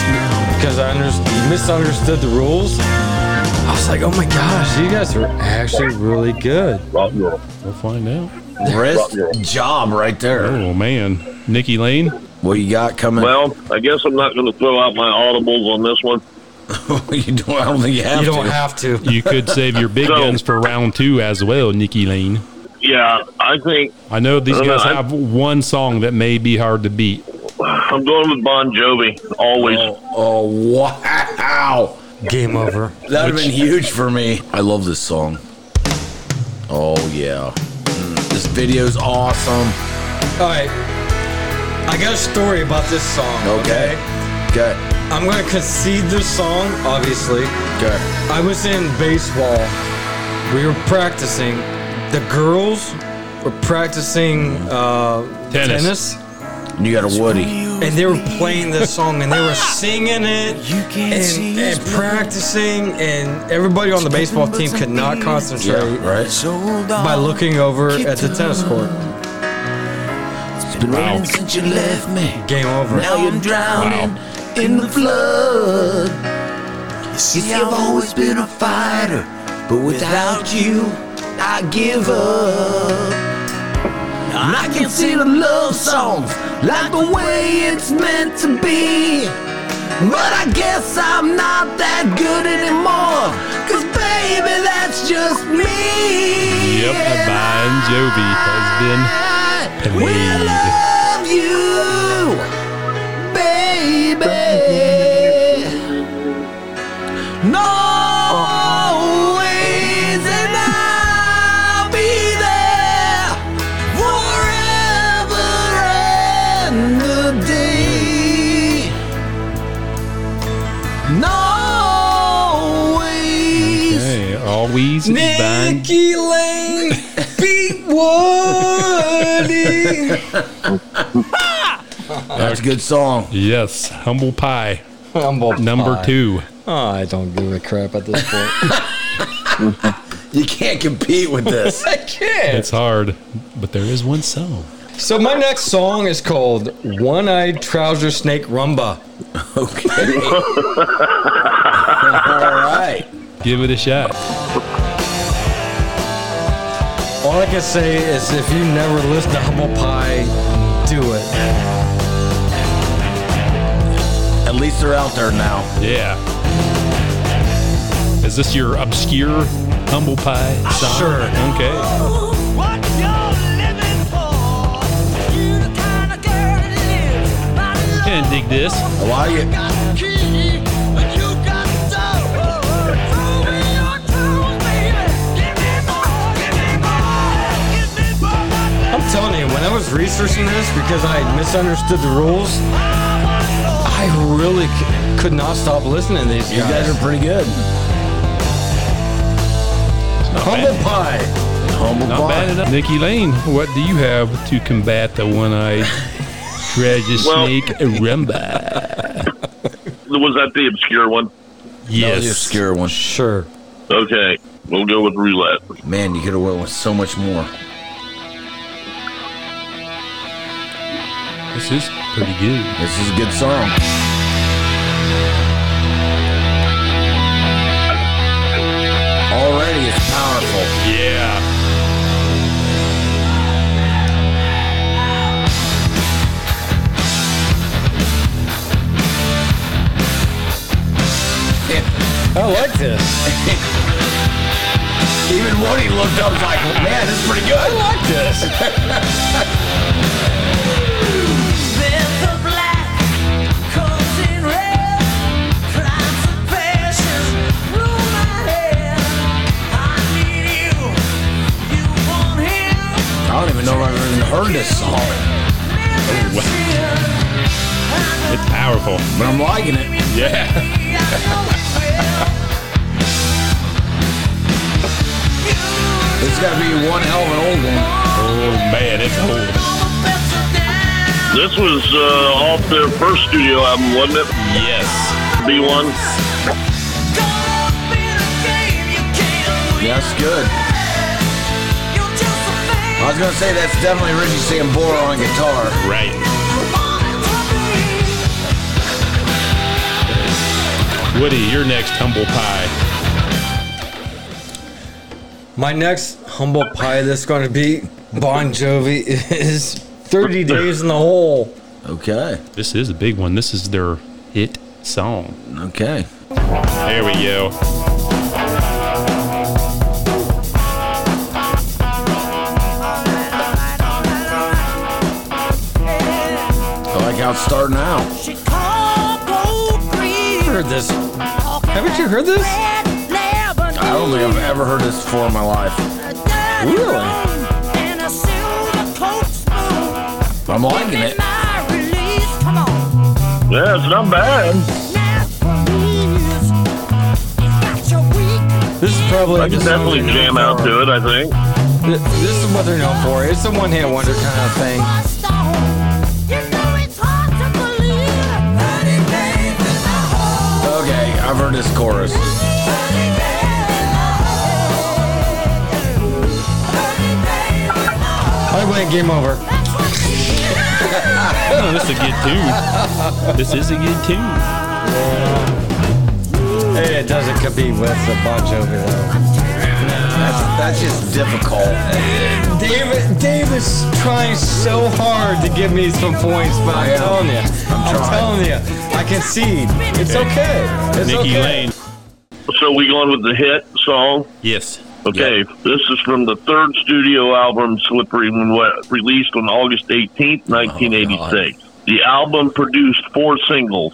[SPEAKER 4] because I under, misunderstood the rules, I was like, oh my gosh, you guys are actually really good.
[SPEAKER 5] Rock and roll.
[SPEAKER 2] We'll find out.
[SPEAKER 3] Wrist job right there.
[SPEAKER 2] Oh man, Nikki Lane.
[SPEAKER 3] What you got coming?
[SPEAKER 5] Well, I guess I'm not going to throw out my audibles on this one.
[SPEAKER 3] you don't, I don't think you have
[SPEAKER 4] You don't
[SPEAKER 3] to.
[SPEAKER 4] have to.
[SPEAKER 2] You could save your big
[SPEAKER 5] So-
[SPEAKER 2] guns for round two as well, Nikki Lane.
[SPEAKER 5] Yeah, I think
[SPEAKER 2] I know these
[SPEAKER 5] No, no,
[SPEAKER 2] guys
[SPEAKER 5] I'm-
[SPEAKER 2] have one song that may be hard to beat.
[SPEAKER 5] I'm going with Bon Jovi. Always.
[SPEAKER 3] oh wow,
[SPEAKER 4] Game over.
[SPEAKER 3] that would have been huge for me. I love this song. Oh yeah, Mm, this video's awesome.
[SPEAKER 4] All right, I got a story about this song.
[SPEAKER 3] Okay, okay,
[SPEAKER 4] I'm gonna concede this song, obviously.
[SPEAKER 3] okay.
[SPEAKER 4] I was in baseball. We were practicing. The girls were practicing uh,
[SPEAKER 2] Tennis.
[SPEAKER 4] tennis,
[SPEAKER 3] And you got a Woody.
[SPEAKER 4] and they were playing this song and they were singing it and, and practicing and everybody on the baseball team could not concentrate
[SPEAKER 3] Yeah, right.
[SPEAKER 4] by looking over at the tennis court
[SPEAKER 2] Wow,
[SPEAKER 4] game over
[SPEAKER 2] wow.
[SPEAKER 6] I can see the love songs like the way it's meant to be. But I guess I'm not that good anymore. Cause baby, that's just me.
[SPEAKER 2] Yep,
[SPEAKER 6] And
[SPEAKER 2] Bon Jovi has
[SPEAKER 6] I
[SPEAKER 2] been
[SPEAKER 6] will
[SPEAKER 2] played.
[SPEAKER 6] love you, baby. No. Always, and I'll be there forever and a day. No. Always.
[SPEAKER 2] Hey, always Bon.
[SPEAKER 4] Nikki Lane beat Woody
[SPEAKER 3] That's a good song.
[SPEAKER 2] Yes, humble pie.
[SPEAKER 4] Humble
[SPEAKER 2] Number
[SPEAKER 4] pie.
[SPEAKER 2] two.
[SPEAKER 4] Oh, I don't give a crap at this point
[SPEAKER 3] You can't compete with this.
[SPEAKER 4] I can't
[SPEAKER 2] It's hard, but there is one song.
[SPEAKER 4] So my next song is called One Eyed Trouser Snake Rumba.
[SPEAKER 3] okay. All right.
[SPEAKER 2] Give it a shot.
[SPEAKER 4] All I can say is if you never listen to Humble Pie, do it.
[SPEAKER 3] At least they're out there now.
[SPEAKER 2] Yeah. Is this your obscure humble pie song?
[SPEAKER 4] Sure.
[SPEAKER 2] Okay. Can dig this.
[SPEAKER 3] I like it.
[SPEAKER 4] I'm telling you, when I was researching this because I misunderstood the rules, I really c- could not stop listening to these
[SPEAKER 3] You guys are
[SPEAKER 4] guys.
[SPEAKER 3] pretty good.
[SPEAKER 4] Humble Pie.
[SPEAKER 3] Humble
[SPEAKER 2] Not bad enough. Nikki Lane, what do you have to combat the one-eyed treasure
[SPEAKER 5] Well-
[SPEAKER 2] snake rumba?
[SPEAKER 5] Was that the obscure one?
[SPEAKER 3] That was the obscure one.
[SPEAKER 4] Sure.
[SPEAKER 5] Okay, we'll go with roulette.
[SPEAKER 3] Man, you could have went with so much more.
[SPEAKER 2] This is pretty good.
[SPEAKER 3] This is a good song. Already it's powerful.
[SPEAKER 2] Yeah.
[SPEAKER 4] I like this.
[SPEAKER 3] Even Woody looked up like, man, this is pretty good. I like this. I don't even know if I've even heard this song,
[SPEAKER 2] It's powerful.
[SPEAKER 3] but I'm liking it.
[SPEAKER 2] Yeah.
[SPEAKER 3] It's got to be one hell of an old one.
[SPEAKER 2] Oh man, it's old.
[SPEAKER 5] This was uh, off their first studio album, wasn't it?
[SPEAKER 2] Yes.
[SPEAKER 5] B1.
[SPEAKER 3] Yeah, That's good. I was gonna say that's definitely Richie Sambora on guitar.
[SPEAKER 2] Right. Woody, your next humble pie.
[SPEAKER 4] My next humble pie that's going to be Bon Jovi is 30 Days in the Hole.
[SPEAKER 3] Okay.
[SPEAKER 2] This is a big one. This is their hit song.
[SPEAKER 3] Okay.
[SPEAKER 2] There we go.
[SPEAKER 3] I like how it's starting out.
[SPEAKER 4] heard this. Haven't you heard this?
[SPEAKER 3] I don't think I've ever heard this before in my life.
[SPEAKER 4] Really?
[SPEAKER 3] I'm liking it.
[SPEAKER 5] Yeah, it's not bad.
[SPEAKER 4] This is probably.
[SPEAKER 5] I can
[SPEAKER 4] the song
[SPEAKER 5] definitely
[SPEAKER 4] they're
[SPEAKER 5] jam
[SPEAKER 4] known
[SPEAKER 5] out
[SPEAKER 4] for.
[SPEAKER 5] to it, I think.
[SPEAKER 4] Th- This is what they're known for. It's a one hit wonder kind of thing.
[SPEAKER 3] Okay, I've heard this chorus.
[SPEAKER 4] I win game over.
[SPEAKER 2] Oh, this is a good tune. This is a good tune.
[SPEAKER 4] Hey, it doesn't compete with the Bon Jovi though.
[SPEAKER 3] That's, that's just difficult.
[SPEAKER 4] David, David's trying so hard to give me some points, but
[SPEAKER 3] I
[SPEAKER 4] I'm
[SPEAKER 3] am.
[SPEAKER 4] telling you, I'm,
[SPEAKER 3] trying.
[SPEAKER 4] telling you, I concede. It's okay. It's
[SPEAKER 2] Nikki
[SPEAKER 4] okay.
[SPEAKER 2] Lane.
[SPEAKER 5] So we going with the hit song?
[SPEAKER 2] Yes.
[SPEAKER 5] Okay, this is from the third studio album, Slippery When Wet, released on August 18th, 1986. the album produced four singles.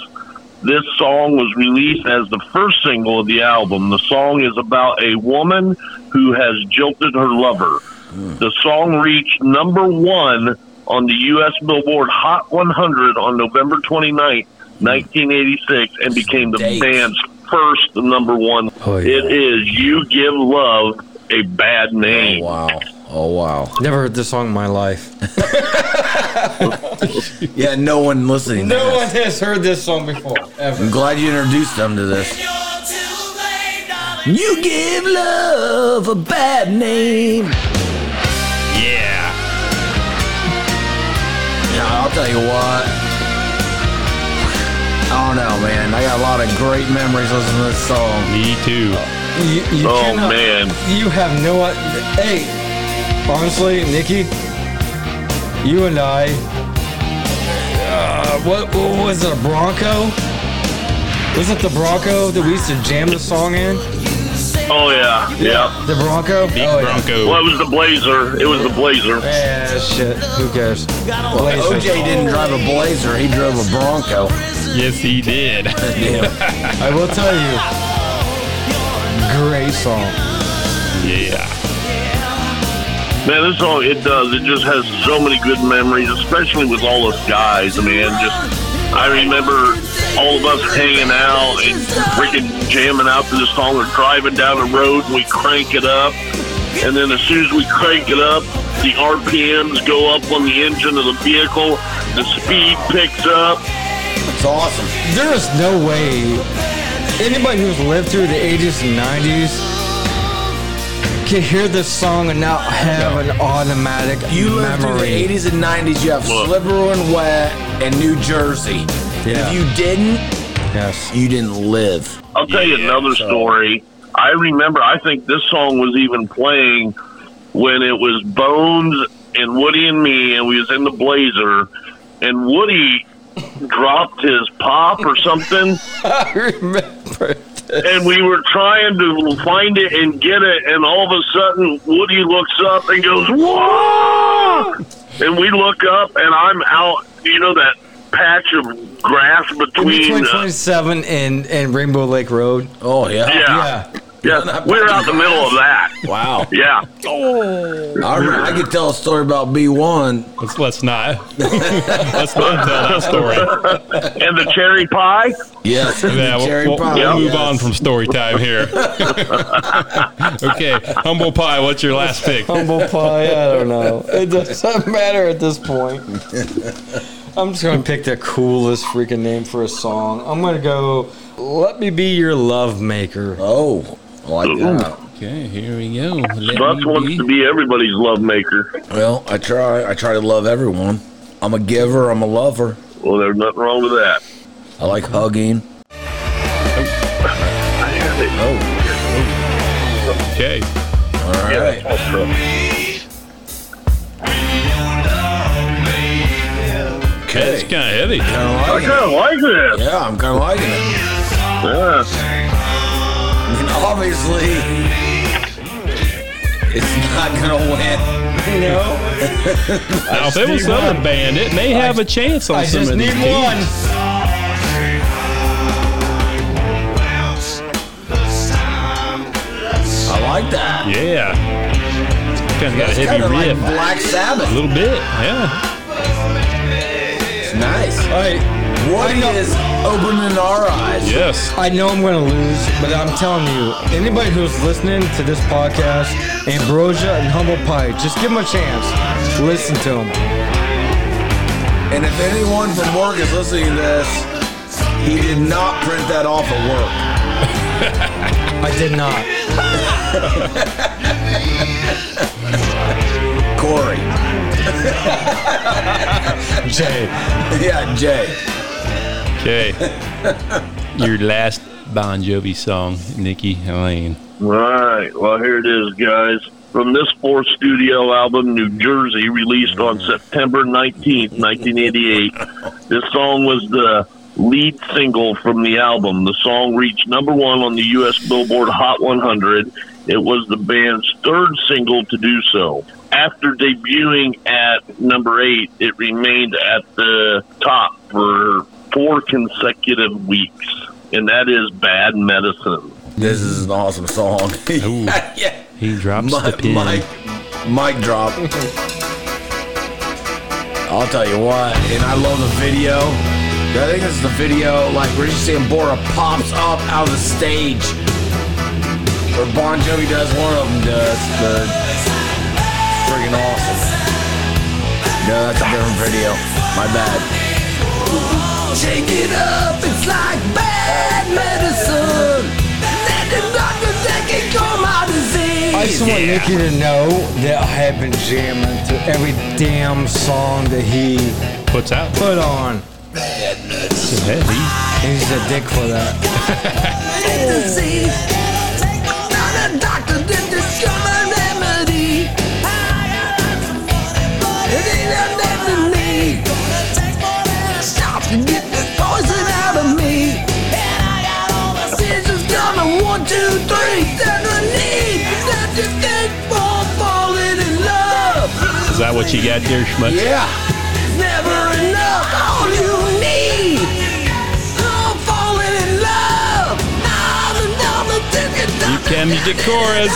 [SPEAKER 5] This song was released as the first single of the album. The song is about a woman who has jilted her lover.
[SPEAKER 4] Hmm.
[SPEAKER 5] The song reached number one on the U.S. Billboard Hot 100 on November 29th,
[SPEAKER 4] Hmm.
[SPEAKER 5] 1986, and became the
[SPEAKER 3] Dates.
[SPEAKER 5] band's first number one.
[SPEAKER 4] Oh, yeah.
[SPEAKER 5] It is You Give Love a Bad Name.
[SPEAKER 3] Wow. Oh wow.
[SPEAKER 4] Never heard this song in my life.
[SPEAKER 3] Yeah, no one listening. to
[SPEAKER 4] No
[SPEAKER 3] this.
[SPEAKER 4] one has heard this song before ever.
[SPEAKER 3] I'm glad you introduced them to this.
[SPEAKER 6] You give love a bad name.
[SPEAKER 2] Yeah.
[SPEAKER 3] Yeah, I'll tell you what. I don't know, man. I got a lot of great memories listening to this song.
[SPEAKER 2] Me too.
[SPEAKER 4] You, you
[SPEAKER 5] Oh,
[SPEAKER 4] cannot-
[SPEAKER 5] man.
[SPEAKER 4] You have no idea. Hey, honestly, Nikki, you and I. Uh, what, what was it? A Bronco? Was it the Bronco that we used to jam the song in?
[SPEAKER 5] Oh, yeah. Yeah.
[SPEAKER 4] The Bronco?
[SPEAKER 2] Big
[SPEAKER 4] oh,
[SPEAKER 2] Bronco.
[SPEAKER 5] Well, it was the Blazer. It was the Blazer.
[SPEAKER 4] Yeah. yeah, shit. Who cares? Blazer.
[SPEAKER 3] OJ didn't drive a Blazer. He drove a Bronco.
[SPEAKER 2] Yes, he did.
[SPEAKER 4] I will tell you. Great song.
[SPEAKER 2] yeah.
[SPEAKER 5] Man, this song it does. It just has so many good memories, especially with all us guys. I mean, just I remember all of us hanging out and freaking jamming out to this song or driving down the road and we crank it up. And then as soon as we crank it up, the RPMs go up on the engine of the vehicle, the speed picks up.
[SPEAKER 3] It's awesome.
[SPEAKER 4] There is no way anybody who's lived through the 80s and 90s can hear this song and not have an automatic
[SPEAKER 3] You lived
[SPEAKER 4] memory.
[SPEAKER 3] through the 80s and 90s. You have
[SPEAKER 5] Look.
[SPEAKER 3] Slippery and Wet and New Jersey.
[SPEAKER 4] Yeah.
[SPEAKER 3] If you didn't,
[SPEAKER 4] Yes.
[SPEAKER 3] you didn't live.
[SPEAKER 5] I'll tell you another story. I remember. I think this song was even playing when it was Bones and Woody and me, and we was in the Blazer, and Woody dropped his pop or something,
[SPEAKER 4] I remember.
[SPEAKER 5] and we were trying to find it and get it, and all of a sudden Woody looks up and goes, "Whoa!" And we look up, and I'm out. You know that patch of grass
[SPEAKER 4] Between
[SPEAKER 5] between. uh,
[SPEAKER 4] 27 and, and Rainbow Lake Road.
[SPEAKER 3] Oh, yeah.
[SPEAKER 5] yeah.
[SPEAKER 4] Yeah.
[SPEAKER 5] Yeah, we were out in the middle of that.
[SPEAKER 3] Wow.
[SPEAKER 5] Yeah.
[SPEAKER 3] I, remember, I could tell a story about B1.
[SPEAKER 2] Let's, let's not. let's not tell that story.
[SPEAKER 5] And the cherry pie?
[SPEAKER 3] Yes.
[SPEAKER 2] Yeah, we'll,
[SPEAKER 3] Cherry
[SPEAKER 2] we'll-
[SPEAKER 3] pie,
[SPEAKER 2] we'll move
[SPEAKER 3] yes.
[SPEAKER 2] on from story time here. okay, Humble Pie, what's your last pick?
[SPEAKER 4] Humble pie. I don't know. It doesn't matter at this point. I'm just gonna pick the coolest freaking name for a song. I'm gonna go. Let me be your love maker.
[SPEAKER 3] Oh, I like that.
[SPEAKER 2] Okay, here we go.
[SPEAKER 5] Buck wants to be everybody's love maker.
[SPEAKER 3] Well, I try. I try to love everyone. I'm a giver. I'm a lover.
[SPEAKER 5] Well, there's nothing wrong with that.
[SPEAKER 3] I like hugging.
[SPEAKER 5] I have it.
[SPEAKER 3] Oh,
[SPEAKER 2] Okay,
[SPEAKER 3] all right.
[SPEAKER 2] that's kind of heavy.
[SPEAKER 3] Kinda
[SPEAKER 5] I
[SPEAKER 3] liking
[SPEAKER 5] kind
[SPEAKER 3] it.
[SPEAKER 5] of like this.
[SPEAKER 3] Yeah, I'm kind of liking it.
[SPEAKER 5] Yeah.
[SPEAKER 3] I mean, obviously, it's not gonna win.
[SPEAKER 2] Now, if it was another band, it may have a chance on some of these. beats.
[SPEAKER 3] I like that.
[SPEAKER 2] Yeah, kind of got a
[SPEAKER 3] It's
[SPEAKER 2] heavy
[SPEAKER 3] kind of like
[SPEAKER 2] riff.
[SPEAKER 3] Black
[SPEAKER 2] a
[SPEAKER 3] Sabbath.
[SPEAKER 2] little bit, yeah.
[SPEAKER 3] It's nice.
[SPEAKER 4] I,
[SPEAKER 3] Woody is opening our eyes.
[SPEAKER 2] Yes.
[SPEAKER 4] I know I'm gonna lose, but I'm telling you, anybody who's listening to this podcast, Ambrosia and Humble Pie, just give them a chance. Listen to them.
[SPEAKER 3] And if anyone from work is listening to this, he did not print that off at work.
[SPEAKER 4] I did not.
[SPEAKER 3] Corey.
[SPEAKER 4] Jay,
[SPEAKER 3] Yeah, Jay.
[SPEAKER 2] Okay. your last Bon Jovi song, Nikki Helene.
[SPEAKER 5] All right. Well, here it is, guys. From this fourth studio album, New Jersey, released on September 19th, 1988, this song was the lead single from the album. The song reached number one on the U.S. Billboard Hot 100. It was the band's third single to do so. After debuting at number eight, it remained at the top for four consecutive weeks, and that is Bad Medicine.
[SPEAKER 3] This is an awesome song.
[SPEAKER 2] Ooh.
[SPEAKER 3] yeah.
[SPEAKER 2] He drops the
[SPEAKER 3] Mike,
[SPEAKER 2] pin.
[SPEAKER 3] Mike, mic drop. I'll tell you what, and I love the video. I think it's the video, like where you see Bora pops up out of the stage, or Bon Jovi does, one of them does. The freaking awesome. No, that's a different video. My bad.
[SPEAKER 7] Shake it up, it's like bad medicine. Let the doctor take it cure my disease.
[SPEAKER 4] I just want Nikki to know that I have been jamming to every damn song that he
[SPEAKER 2] Puts out.
[SPEAKER 4] put on.
[SPEAKER 2] It's heavy.
[SPEAKER 4] And he's a dick for that.
[SPEAKER 7] disease. Now the doctor did discover a remedy. It ain't enough to me. Stop to get the poison out of me. Scissors coming, one, two, three. There's a need that you think for falling in love.
[SPEAKER 2] Is that what you got there, Schmutz?
[SPEAKER 3] Yeah.
[SPEAKER 7] It's never enough. All you need. I'm falling in love. I'm in love with
[SPEAKER 2] You can be the chorus.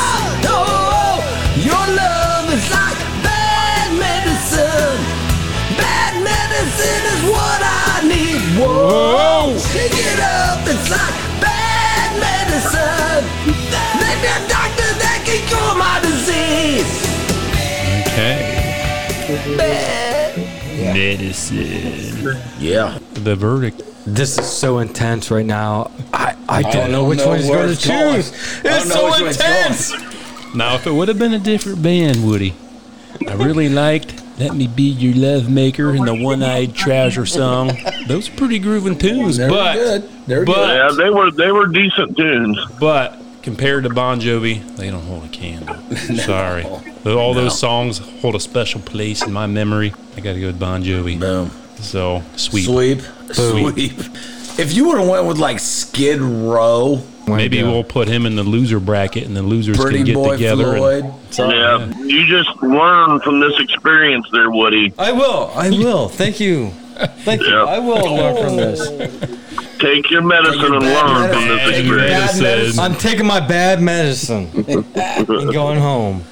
[SPEAKER 7] Oh, your love is like bad medicine. Bad medicine is what I need. Whoa. Pick it up. It's like bad medicine. Let the doctor that can cure my disease.
[SPEAKER 2] Okay.
[SPEAKER 7] Bad.
[SPEAKER 2] Medicine.
[SPEAKER 3] Yeah.
[SPEAKER 2] The verdict.
[SPEAKER 4] This is so intense right now. I, I don't know which one he's
[SPEAKER 3] where
[SPEAKER 4] going to
[SPEAKER 3] it's going.
[SPEAKER 4] choose.
[SPEAKER 3] I don't
[SPEAKER 4] It's
[SPEAKER 3] know
[SPEAKER 4] so
[SPEAKER 3] which way it's going.
[SPEAKER 4] intense.
[SPEAKER 2] Now, if it would have been a different band, Woody, I really liked "Let Me Be Your Love Maker" and the "One Eyed Trouser" song. Those are pretty grooving tunes,
[SPEAKER 3] They're
[SPEAKER 2] but
[SPEAKER 3] good. They're
[SPEAKER 2] but
[SPEAKER 5] Yeah, they were they were decent tunes.
[SPEAKER 2] but compared to Bon Jovi, they don't hold a candle. Sorry, all those songs hold a special place in my memory. I got to go with Bon Jovi.
[SPEAKER 3] Boom.
[SPEAKER 2] So sweet.
[SPEAKER 3] Sweep. Sweep. If you would have went with like Skid Row,
[SPEAKER 2] Maybe we'll put him in the loser bracket, and the losers
[SPEAKER 3] Pretty
[SPEAKER 2] can get
[SPEAKER 3] uh, Boy
[SPEAKER 2] together. and-
[SPEAKER 3] Floyd.
[SPEAKER 2] Oh,
[SPEAKER 5] Yeah, you just learn from this experience, there, Woody.
[SPEAKER 4] I will. I will. Thank you. Thank you.
[SPEAKER 5] Yeah.
[SPEAKER 4] I will learn from this.
[SPEAKER 5] Take your medicine and learn from this
[SPEAKER 2] Take your
[SPEAKER 5] experience.
[SPEAKER 2] bad medicine.
[SPEAKER 4] I'm taking my bad medicine and going home.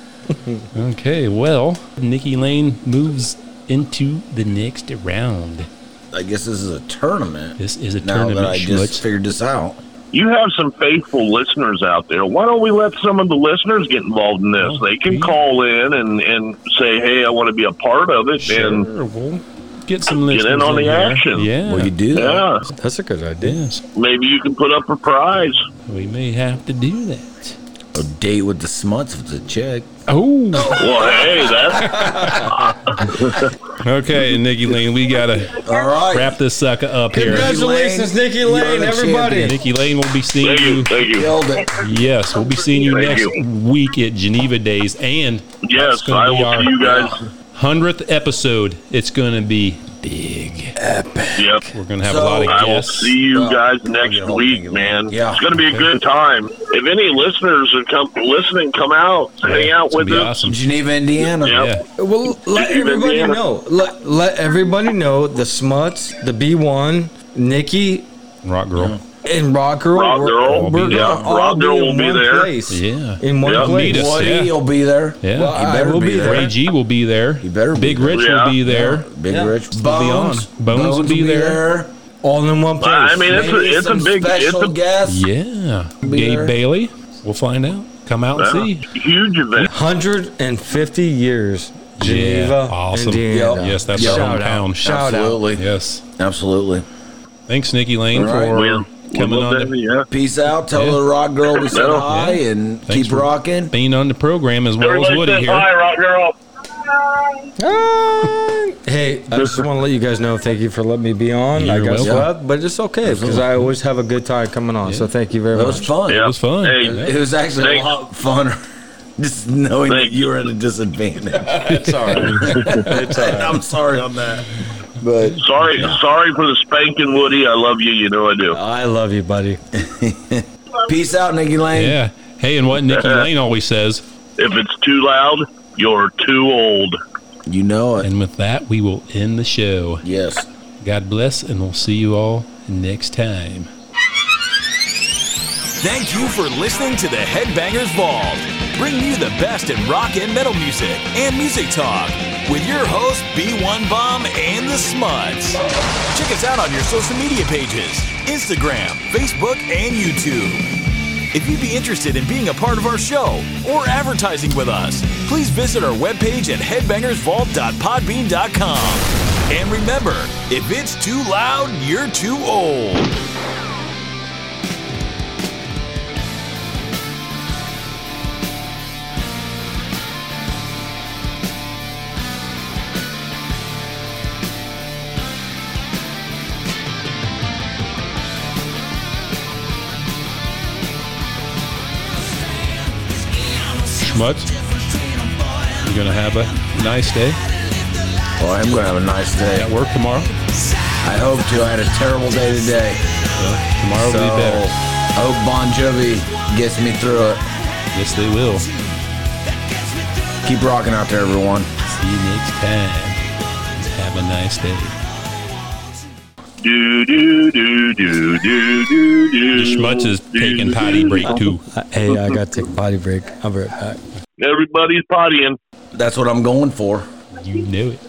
[SPEAKER 2] Okay, well, Nikki Lane moves into the next round.
[SPEAKER 3] I guess this is a tournament.
[SPEAKER 2] This is a
[SPEAKER 3] now that I
[SPEAKER 2] tournament,
[SPEAKER 3] just
[SPEAKER 2] Schmutz.
[SPEAKER 3] figured this out.
[SPEAKER 5] You have some faithful listeners out there. Why don't we let some of the listeners get involved in this? They can call in and, and say, hey, I want to be a part of it. And
[SPEAKER 2] Sure, we'll get some
[SPEAKER 5] Get in
[SPEAKER 2] listeners
[SPEAKER 5] on the
[SPEAKER 2] here.
[SPEAKER 5] action.
[SPEAKER 2] Yeah.
[SPEAKER 3] Well, you do that.
[SPEAKER 5] yeah,
[SPEAKER 4] That's a good idea.
[SPEAKER 2] yes,
[SPEAKER 5] maybe you can put up a prize.
[SPEAKER 2] we may have to do that.
[SPEAKER 3] A date with the Smuts with a chick.
[SPEAKER 2] Oh,
[SPEAKER 5] Well, hey, that's
[SPEAKER 2] okay, Nikki Lane, we gotta
[SPEAKER 3] All right.
[SPEAKER 2] wrap this sucker up here.
[SPEAKER 4] Congratulations, Nikki
[SPEAKER 3] are
[SPEAKER 4] Lane,
[SPEAKER 3] the
[SPEAKER 4] everybody.
[SPEAKER 2] Nikki Lane will be seeing
[SPEAKER 5] thank you,
[SPEAKER 2] you.
[SPEAKER 5] thank you.
[SPEAKER 3] Killed it.
[SPEAKER 2] Yes, we'll be seeing you
[SPEAKER 5] Thank
[SPEAKER 2] next
[SPEAKER 5] you.
[SPEAKER 2] week at Geneva Days, and that's
[SPEAKER 5] Yes,
[SPEAKER 2] gonna
[SPEAKER 5] I
[SPEAKER 2] be
[SPEAKER 5] will
[SPEAKER 2] our-
[SPEAKER 5] see you guys.
[SPEAKER 2] hundredth episode. It's gonna be big.
[SPEAKER 5] Yep.
[SPEAKER 2] We're gonna have
[SPEAKER 3] So,
[SPEAKER 2] a lot of
[SPEAKER 5] I
[SPEAKER 2] guests.
[SPEAKER 5] will see you guys next
[SPEAKER 3] yeah,
[SPEAKER 5] week,
[SPEAKER 3] thank you.
[SPEAKER 5] man.
[SPEAKER 3] Yeah.
[SPEAKER 5] It's going to be a good time. If any listeners are come listening, come out, hang
[SPEAKER 2] Yeah,
[SPEAKER 5] out
[SPEAKER 2] it's
[SPEAKER 5] with
[SPEAKER 2] gonna be
[SPEAKER 5] us.
[SPEAKER 2] awesome.
[SPEAKER 3] Geneva, Indiana.
[SPEAKER 5] Yep.
[SPEAKER 2] Yeah.
[SPEAKER 4] Well, let everybody know. Let, let everybody know the Smuts, the B1, Nikki,
[SPEAKER 2] Rock girl.
[SPEAKER 4] and Rock Girl.
[SPEAKER 5] Rock
[SPEAKER 4] we're-
[SPEAKER 5] Girl,
[SPEAKER 4] we're
[SPEAKER 5] yeah.
[SPEAKER 4] gonna all
[SPEAKER 5] Rock
[SPEAKER 4] be
[SPEAKER 5] Girl
[SPEAKER 4] in
[SPEAKER 5] will be
[SPEAKER 4] one
[SPEAKER 5] there.
[SPEAKER 4] place.
[SPEAKER 2] Yeah.
[SPEAKER 4] In one
[SPEAKER 5] Yeah.
[SPEAKER 4] place.
[SPEAKER 2] Meet us.
[SPEAKER 3] Woody
[SPEAKER 2] Yeah.
[SPEAKER 3] will be there.
[SPEAKER 2] Yeah.
[SPEAKER 4] Well,
[SPEAKER 3] He
[SPEAKER 4] I
[SPEAKER 3] better
[SPEAKER 4] will
[SPEAKER 3] be
[SPEAKER 4] be
[SPEAKER 3] there.
[SPEAKER 4] there.
[SPEAKER 2] Ray G will be there.
[SPEAKER 3] You better be
[SPEAKER 2] Big
[SPEAKER 3] there.
[SPEAKER 2] Rich
[SPEAKER 5] Yeah.
[SPEAKER 2] will be there.
[SPEAKER 3] Big
[SPEAKER 4] Yeah.
[SPEAKER 3] Rich Bones.
[SPEAKER 2] be on. Bones will be there.
[SPEAKER 4] All in one place.
[SPEAKER 5] I mean, it's a,
[SPEAKER 3] Maybe
[SPEAKER 5] it's a
[SPEAKER 3] some
[SPEAKER 5] big, it's
[SPEAKER 3] special
[SPEAKER 5] a
[SPEAKER 3] guest.
[SPEAKER 2] Yeah. Gabe
[SPEAKER 3] there.
[SPEAKER 2] Bailey. We'll find out. Come out and see.
[SPEAKER 5] huge event.
[SPEAKER 4] 150 years.
[SPEAKER 2] yeah.
[SPEAKER 4] Geneva,
[SPEAKER 2] Awesome.
[SPEAKER 4] Indiana.
[SPEAKER 3] Yep.
[SPEAKER 2] Yes, that's
[SPEAKER 3] Yep.
[SPEAKER 2] our hometown.
[SPEAKER 4] Shout out.
[SPEAKER 3] Absolutely.
[SPEAKER 2] Yes.
[SPEAKER 3] Absolutely.
[SPEAKER 2] Thanks, Nikki Lane,
[SPEAKER 3] All right.
[SPEAKER 2] for
[SPEAKER 5] We'll-
[SPEAKER 2] coming
[SPEAKER 5] we'll
[SPEAKER 2] on
[SPEAKER 5] definitely,
[SPEAKER 2] the,
[SPEAKER 5] yeah.
[SPEAKER 3] Peace out. Tell
[SPEAKER 2] Yeah.
[SPEAKER 3] the rock girl we said
[SPEAKER 5] Yeah.
[SPEAKER 3] hi and
[SPEAKER 2] Thanks
[SPEAKER 3] keep
[SPEAKER 2] for-
[SPEAKER 3] rocking.
[SPEAKER 2] being on the program as well as
[SPEAKER 5] Everybody
[SPEAKER 2] Woody
[SPEAKER 5] says
[SPEAKER 2] here.
[SPEAKER 5] hi, Rock Girl.
[SPEAKER 4] Hey, I just want to let you guys know. Thank you for letting me be on. I
[SPEAKER 2] You're
[SPEAKER 4] got
[SPEAKER 2] welcome.
[SPEAKER 4] swept, but it's okay because I always have a good time coming on. So thank you very
[SPEAKER 3] That
[SPEAKER 4] much.
[SPEAKER 3] was fun.
[SPEAKER 5] Yeah.
[SPEAKER 2] was fun.
[SPEAKER 5] Hey,
[SPEAKER 2] Yeah.
[SPEAKER 3] It was actually
[SPEAKER 5] Thanks.
[SPEAKER 3] a lot funner. Just knowing that
[SPEAKER 5] Thanks.
[SPEAKER 3] you were at a disadvantage. It's all right. I'm sorry on that. But
[SPEAKER 5] Sorry, sorry for the spanking, Woody. I love you. You know I do.
[SPEAKER 4] I love you, buddy.
[SPEAKER 3] peace out, Nikki Lane.
[SPEAKER 2] Yeah. Hey, and what Nikki Lane always says.
[SPEAKER 5] If it's too loud, you're too old.
[SPEAKER 3] You know it.
[SPEAKER 2] And with that, we will end the show.
[SPEAKER 3] Yes.
[SPEAKER 2] God bless, and we'll see you all next time.
[SPEAKER 1] Thank you for listening to the Headbangers Vault, bringing you the best in rock and metal music and music talk with your host B1 Bomb and the Smuts. Check us out on your social media pages Instagram, Facebook, and YouTube. If you'd be interested in being a part of our show or advertising with us, please visit our webpage at headbangersvault.podbean.com. And remember, if it's too loud, you're too old.
[SPEAKER 2] Schmutz, you're going to have a nice day
[SPEAKER 3] Well, I'm going to have a nice
[SPEAKER 2] at
[SPEAKER 3] day.
[SPEAKER 2] work tomorrow.
[SPEAKER 3] I hope to. I had a terrible day today.
[SPEAKER 2] Tomorrow
[SPEAKER 3] so,
[SPEAKER 2] will be better.
[SPEAKER 3] I hope Bon Jovi gets me through it.
[SPEAKER 2] Yes, they will.
[SPEAKER 3] Keep rocking out there, everyone.
[SPEAKER 2] See you next time. Have a nice day.
[SPEAKER 5] Do do do do do do do.
[SPEAKER 2] The schmutz is taking potty break too.
[SPEAKER 4] Hey, I got to take a potty break. I'll be right back.
[SPEAKER 5] Everybody's pottying.
[SPEAKER 3] That's what I'm going for.
[SPEAKER 2] You knew it.